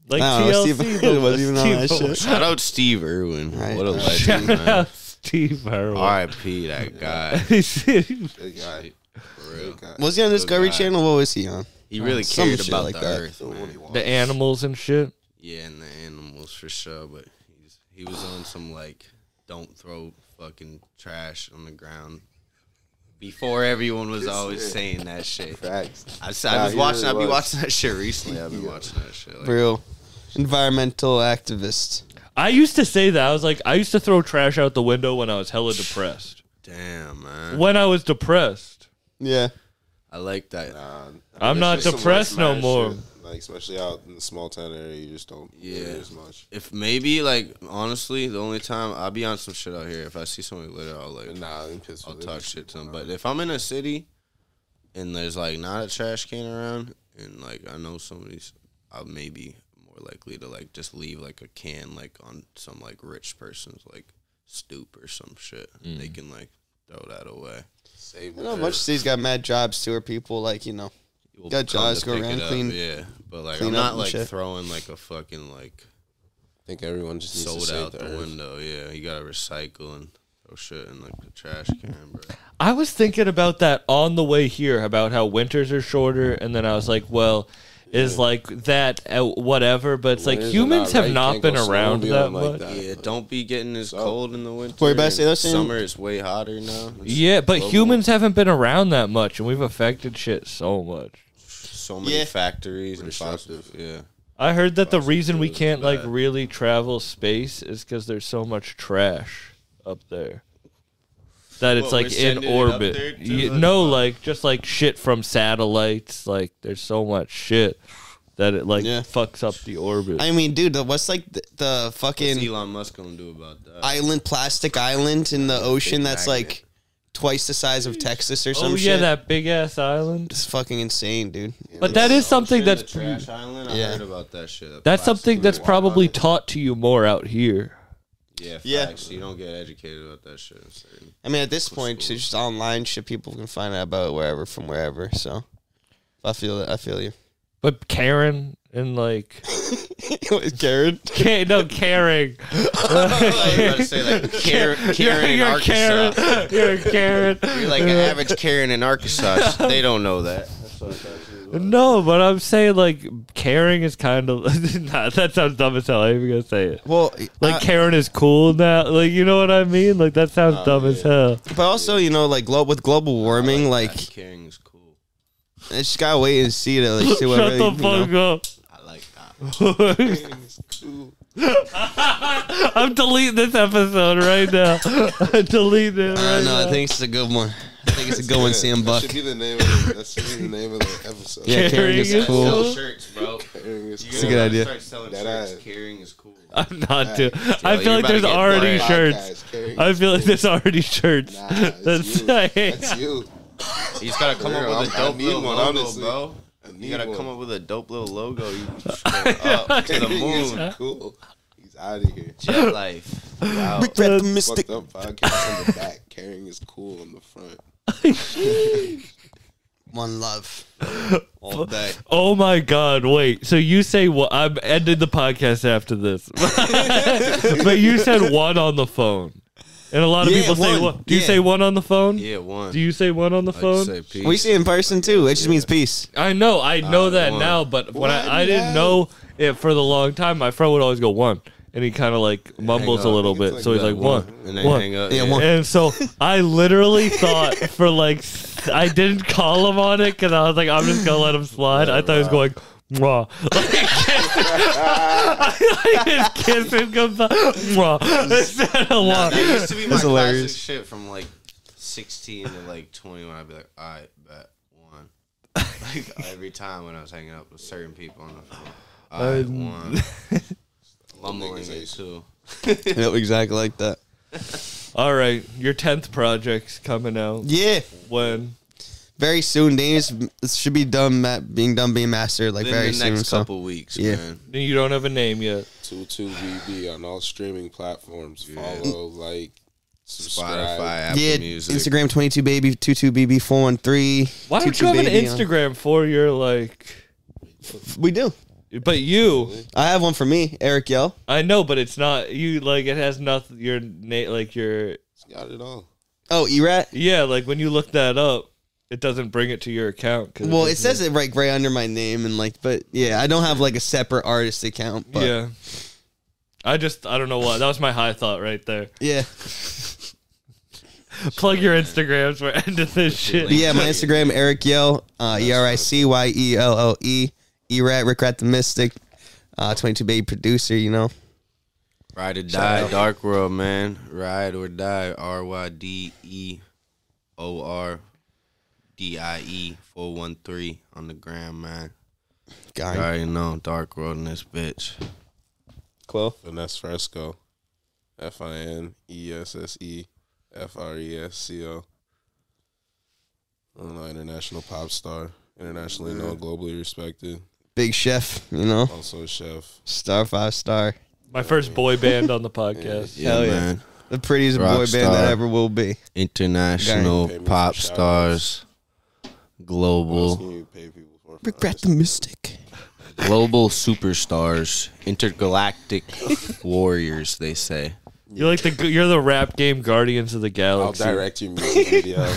Like I don't know, TLC. Steve- though, it wasn't even on that Steve- shit. Shout out Steve Irwin. Right. What a legend, Shout man. out Steve Irwin. R.I.P. That guy. Big guy. For real. Was he on Discovery guy. Channel? What was he on? He really Some cared shit about like the that. earth, man. the animals and shit. Yeah, and the animals for sure. But he's he was on some like don't throw fucking trash on the ground. Before everyone was always saying that shit. Facts. I, s- I Nah, was he watching. really I've been was. watching that shit recently. I've been watching that shit. Like, Real environmental activist. I used to say that. I was like, I used to throw trash out the window when I was hella depressed. damn, man. When I was depressed. Yeah. I like that. I'm not There's just so much depressed no mad more. shit, Like especially out in the small town area, you just don't Yeah. yeah. hear as much. If maybe like honestly, the only time I'll be on some shit out here. If I see somebody litter, I'll like Nah, I'm pissed. I'll with it. talk shit to them. But if I'm in a city and there's like not a trash can around, and like I know somebody's, I may be more likely to like just leave like a can like on some like rich person's like stoop or some shit. They can like throw that away. Save I know the much of these got mad jobs too, where people like, you know, People Got come jobs, to go pick around, it up, clean- Yeah, but like clean I'm up not and like shit. throwing like a fucking like I think everyone just needs to sold save out the, the earth. window. Yeah, you gotta recycle and throw shit in like the trash can, bro. I was thinking about that on the way here about how winters are shorter, and then I was like, well, is like that uh, whatever? But it's like Winters are humans not have right. not Can't go been around that snowmobiling like much. that. Yeah, don't be getting as cold in the winter. Wait, but I say and they're saying- summer is way hotter now. It's Yeah, but global. humans haven't been around that much, and we've affected shit so much. so many Yeah. factories and fossil. Yeah, I heard that the reason we it's can't like bad. really travel space is because there's so much trash up there that it's What, like we're in sending it up orbit. there to You, the- no, like just like shit from satellites. Like there's so much shit that it like Yeah. fucks up the orbit. I mean, dude, the- what's like the, the fucking what's Elon Musk gonna do about that? island, plastic island in the ocean that's magnet. like twice the size of Texas or some Oh yeah, shit. that big ass island. It's fucking insane, dude. But that is something Shit, the that's trash island. I Yeah. heard about that shit. The that's plastic something that's water. probably taught to you more out here. Yeah, facts. Yeah. You don't get educated about that shit. It's like- I mean, at this point, it's just online shit. People can find out about wherever from wherever. So, I feel that. I feel you. But Karen and like Jared, Ka- no caring. I was about to say like Karen, Karen in you're Arkansas. Karen. You're Karen. You're like an average Karen in Arkansas. They don't know that. No, but I'm saying like caring is kind of nah, that sounds dumb as hell. I ain't even gonna say it. well, Like uh, Karen is cool now. Like you know what I mean? Like that sounds Oh, dumb as hell. but also, you know, like glo- with global warming, like Karen is cool. I just gotta wait and see to like see what. Shut the really, you know. fuck up. I like that. I'm deleting this episode right now. Delete it. I Right don't know. now. I think it's a good one. I think it's a good one, Sam Buck. That should be the name. Of the, that should be the name of the episode. Yeah, Karen Carrying is it. cool. Sell shirts, bro. Karen is a cool. good idea. Start selling That shirts. ass. Karen is cool. I'm not doing. I feel you're like about to there's get already blamed. shirts. Podcast, Karen. I feel like there's already shirts. Nah, That's it's you. That's you. He's gotta come For real, up with a I'm- I dope need little one, logo, honestly. bro. I You need gotta one. come up with a dope little logo. You scroll up to the moon. He's cool. He's out of here. Jet life. Oh, Wow. Regret the mistake. Fucked up podcast on the back. Carrying is cool on the front. One love. All day. Oh my God! Wait. So you say what? I'm ending the podcast after this. but you said one on the phone, and a lot of Yeah, people say one. one. Do you Yeah. say one on the phone? Yeah, one. Do you say one on the phone? We see in person too. It just means peace. I know, I know that one. now, but when I, I didn't know it for the long time, my friend would always go one, and he kind of like mumbles a up. little bit, so he's like one, And then one. hang up. Yeah, one. And so I literally thought for like s- I didn't call him on it because I was like I'm just gonna let him slide. I thought he was going. Mwah. Like, I like his kiss and goodbye. Mwah. Instead of Nah, one. that used to be my That's hilarious. classic shit from like 16 to like 21. I'd be like, all right, bet one. Like every time when I was hanging out with certain people on the phone, I one. Mumbling it too. Yep, exactly like that. All right, your tenth project's coming out Yeah. when? Very soon, Danish it should be done. ma- Being done being mastered like In very the soon. next so. couple weeks, Yeah. man. You don't have a name yet. Two two VB on all streaming platforms. Follow, like, subscribe. Spotify, Apple Yeah, Music. Instagram twenty two baby two two bb four one three. Why don't you have an Instagram for your like? uh, We do. But you, I have one for me, Eric Yell. I know, but it's not you. Like it has nothing. Your na- like your It's Got it all. Oh, Erat. yeah. Like when you look that up, it doesn't bring it to your account. 'cause Well, it doesn't- says it right right under my name and like, but yeah, I don't have like a separate artist account. But yeah, yeah. I just I don't know why. That was my high thought right there. yeah, Plug your Instagrams. We're ending this but shit. yeah. My Instagram, Eric Yell, uh, E R I C Y E L L E, Erat, Rick Rat the Mystic, uh, twenty two baby producer. You know, Ride or die, Dark World, man. Ride or die, R Y D E O R D I E 413 on the gram, man. I guy. already know, Dark World in this bitch. Cool. Finesse Fresco. F I N E S S E F R E S C O. I don't know, international pop star. Internationally known, globally respected. Big Chef. You know, Also a chef. star five star. My first boy band on the podcast. Hell yeah. man. The prettiest Rock boy band that star. ever will be. International Gang. pop stars. Global, Can you pay people for Regret the Mystic. global superstars, intergalactic warriors. They say. You're like the you're the rap game Guardians of the I'll Galaxy. direct your music video.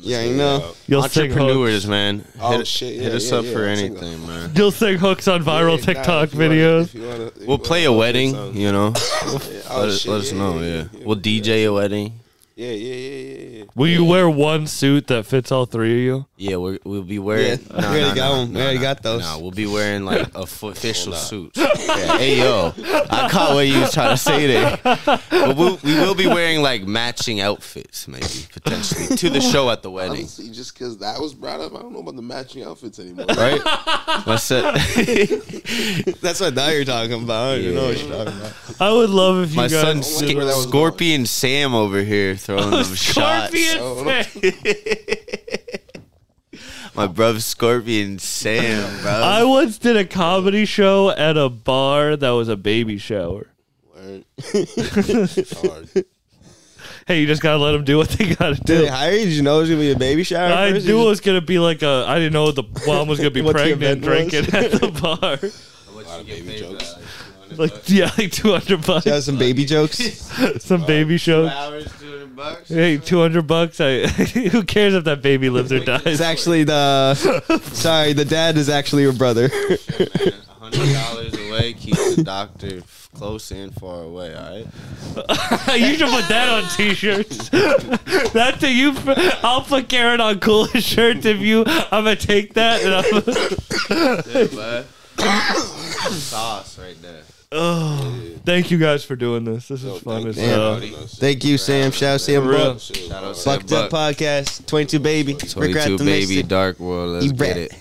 Yeah, you know. You'll sing hooks. Entrepreneurs, man. Oh, hit, shit, yeah, hit us yeah, up yeah, for I'll sing anything, man. You'll sing hooks on viral Nah, TikTok if you wanna- videos. if you wanna- if you We'll wanna play a do wedding, something. you know. Oh, let, us, shit, let us yeah, know, yeah. We'll DJ a wedding. Yeah, yeah, yeah, yeah, yeah. Will you wear one suit that fits all three of you? Yeah, we're, we'll be wearing. Yeah, we already got 'em. We already got those. Nah, we'll be wearing like a f- official suit. Hey yo, I caught what you was trying to say there. But we'll, we will be wearing like matching outfits, maybe potentially to the show at the wedding. Honestly, just because that was brought up, I don't know about the matching outfits anymore. Right? That's it. That's what now you're talking about. I don't even know what you're talking about. I would love if you My guys. son where that Sc- was Scorpion Sam over here throwing them shots. Scorpion face. My brother Scorpion Sam, bro. Uh, I once did a comedy show at a bar that was a baby shower. Word. Hard. Hey, you just gotta let them do what they gotta Did do. they hire you? Did you know it was gonna be a baby shower? I first? knew it was gonna be like a. I didn't know the mom was gonna be What the pregnant event was. drinking at the bar. A lot of baby jokes. Like yeah, like two hundred bucks, Did you have some baby jokes. some baby show. hours, 200 bucks. Hey, two hundred bucks. I who cares if that baby lives or dies? It's actually the. Sorry, the dad is actually your brother. hundred dollars away keeps the doctor f- close and far away. All right. you should put that on t-shirts. That's a you. I'll put Karen on coolest shirts if you. I'm gonna take that and I'm. Yeah, bud. Sauce right there. Oh, thank you guys for doing this. This is fun as you. hell. Damn. Thank you, Sam. Shout out Sam real. Buck. Shit, Shout out to Fucked up Buck. podcast. Twenty two baby. Regret Twenty-two the mix. baby, dark world. Let's You get bet. it.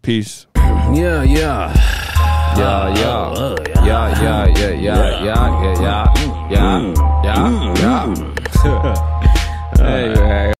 Peace. Yeah, yeah. Yeah, yeah. Yeah, yeah, yeah, yeah, Mm. yeah, yeah, yeah, yeah, yeah, yeah. Mm. Hey, man.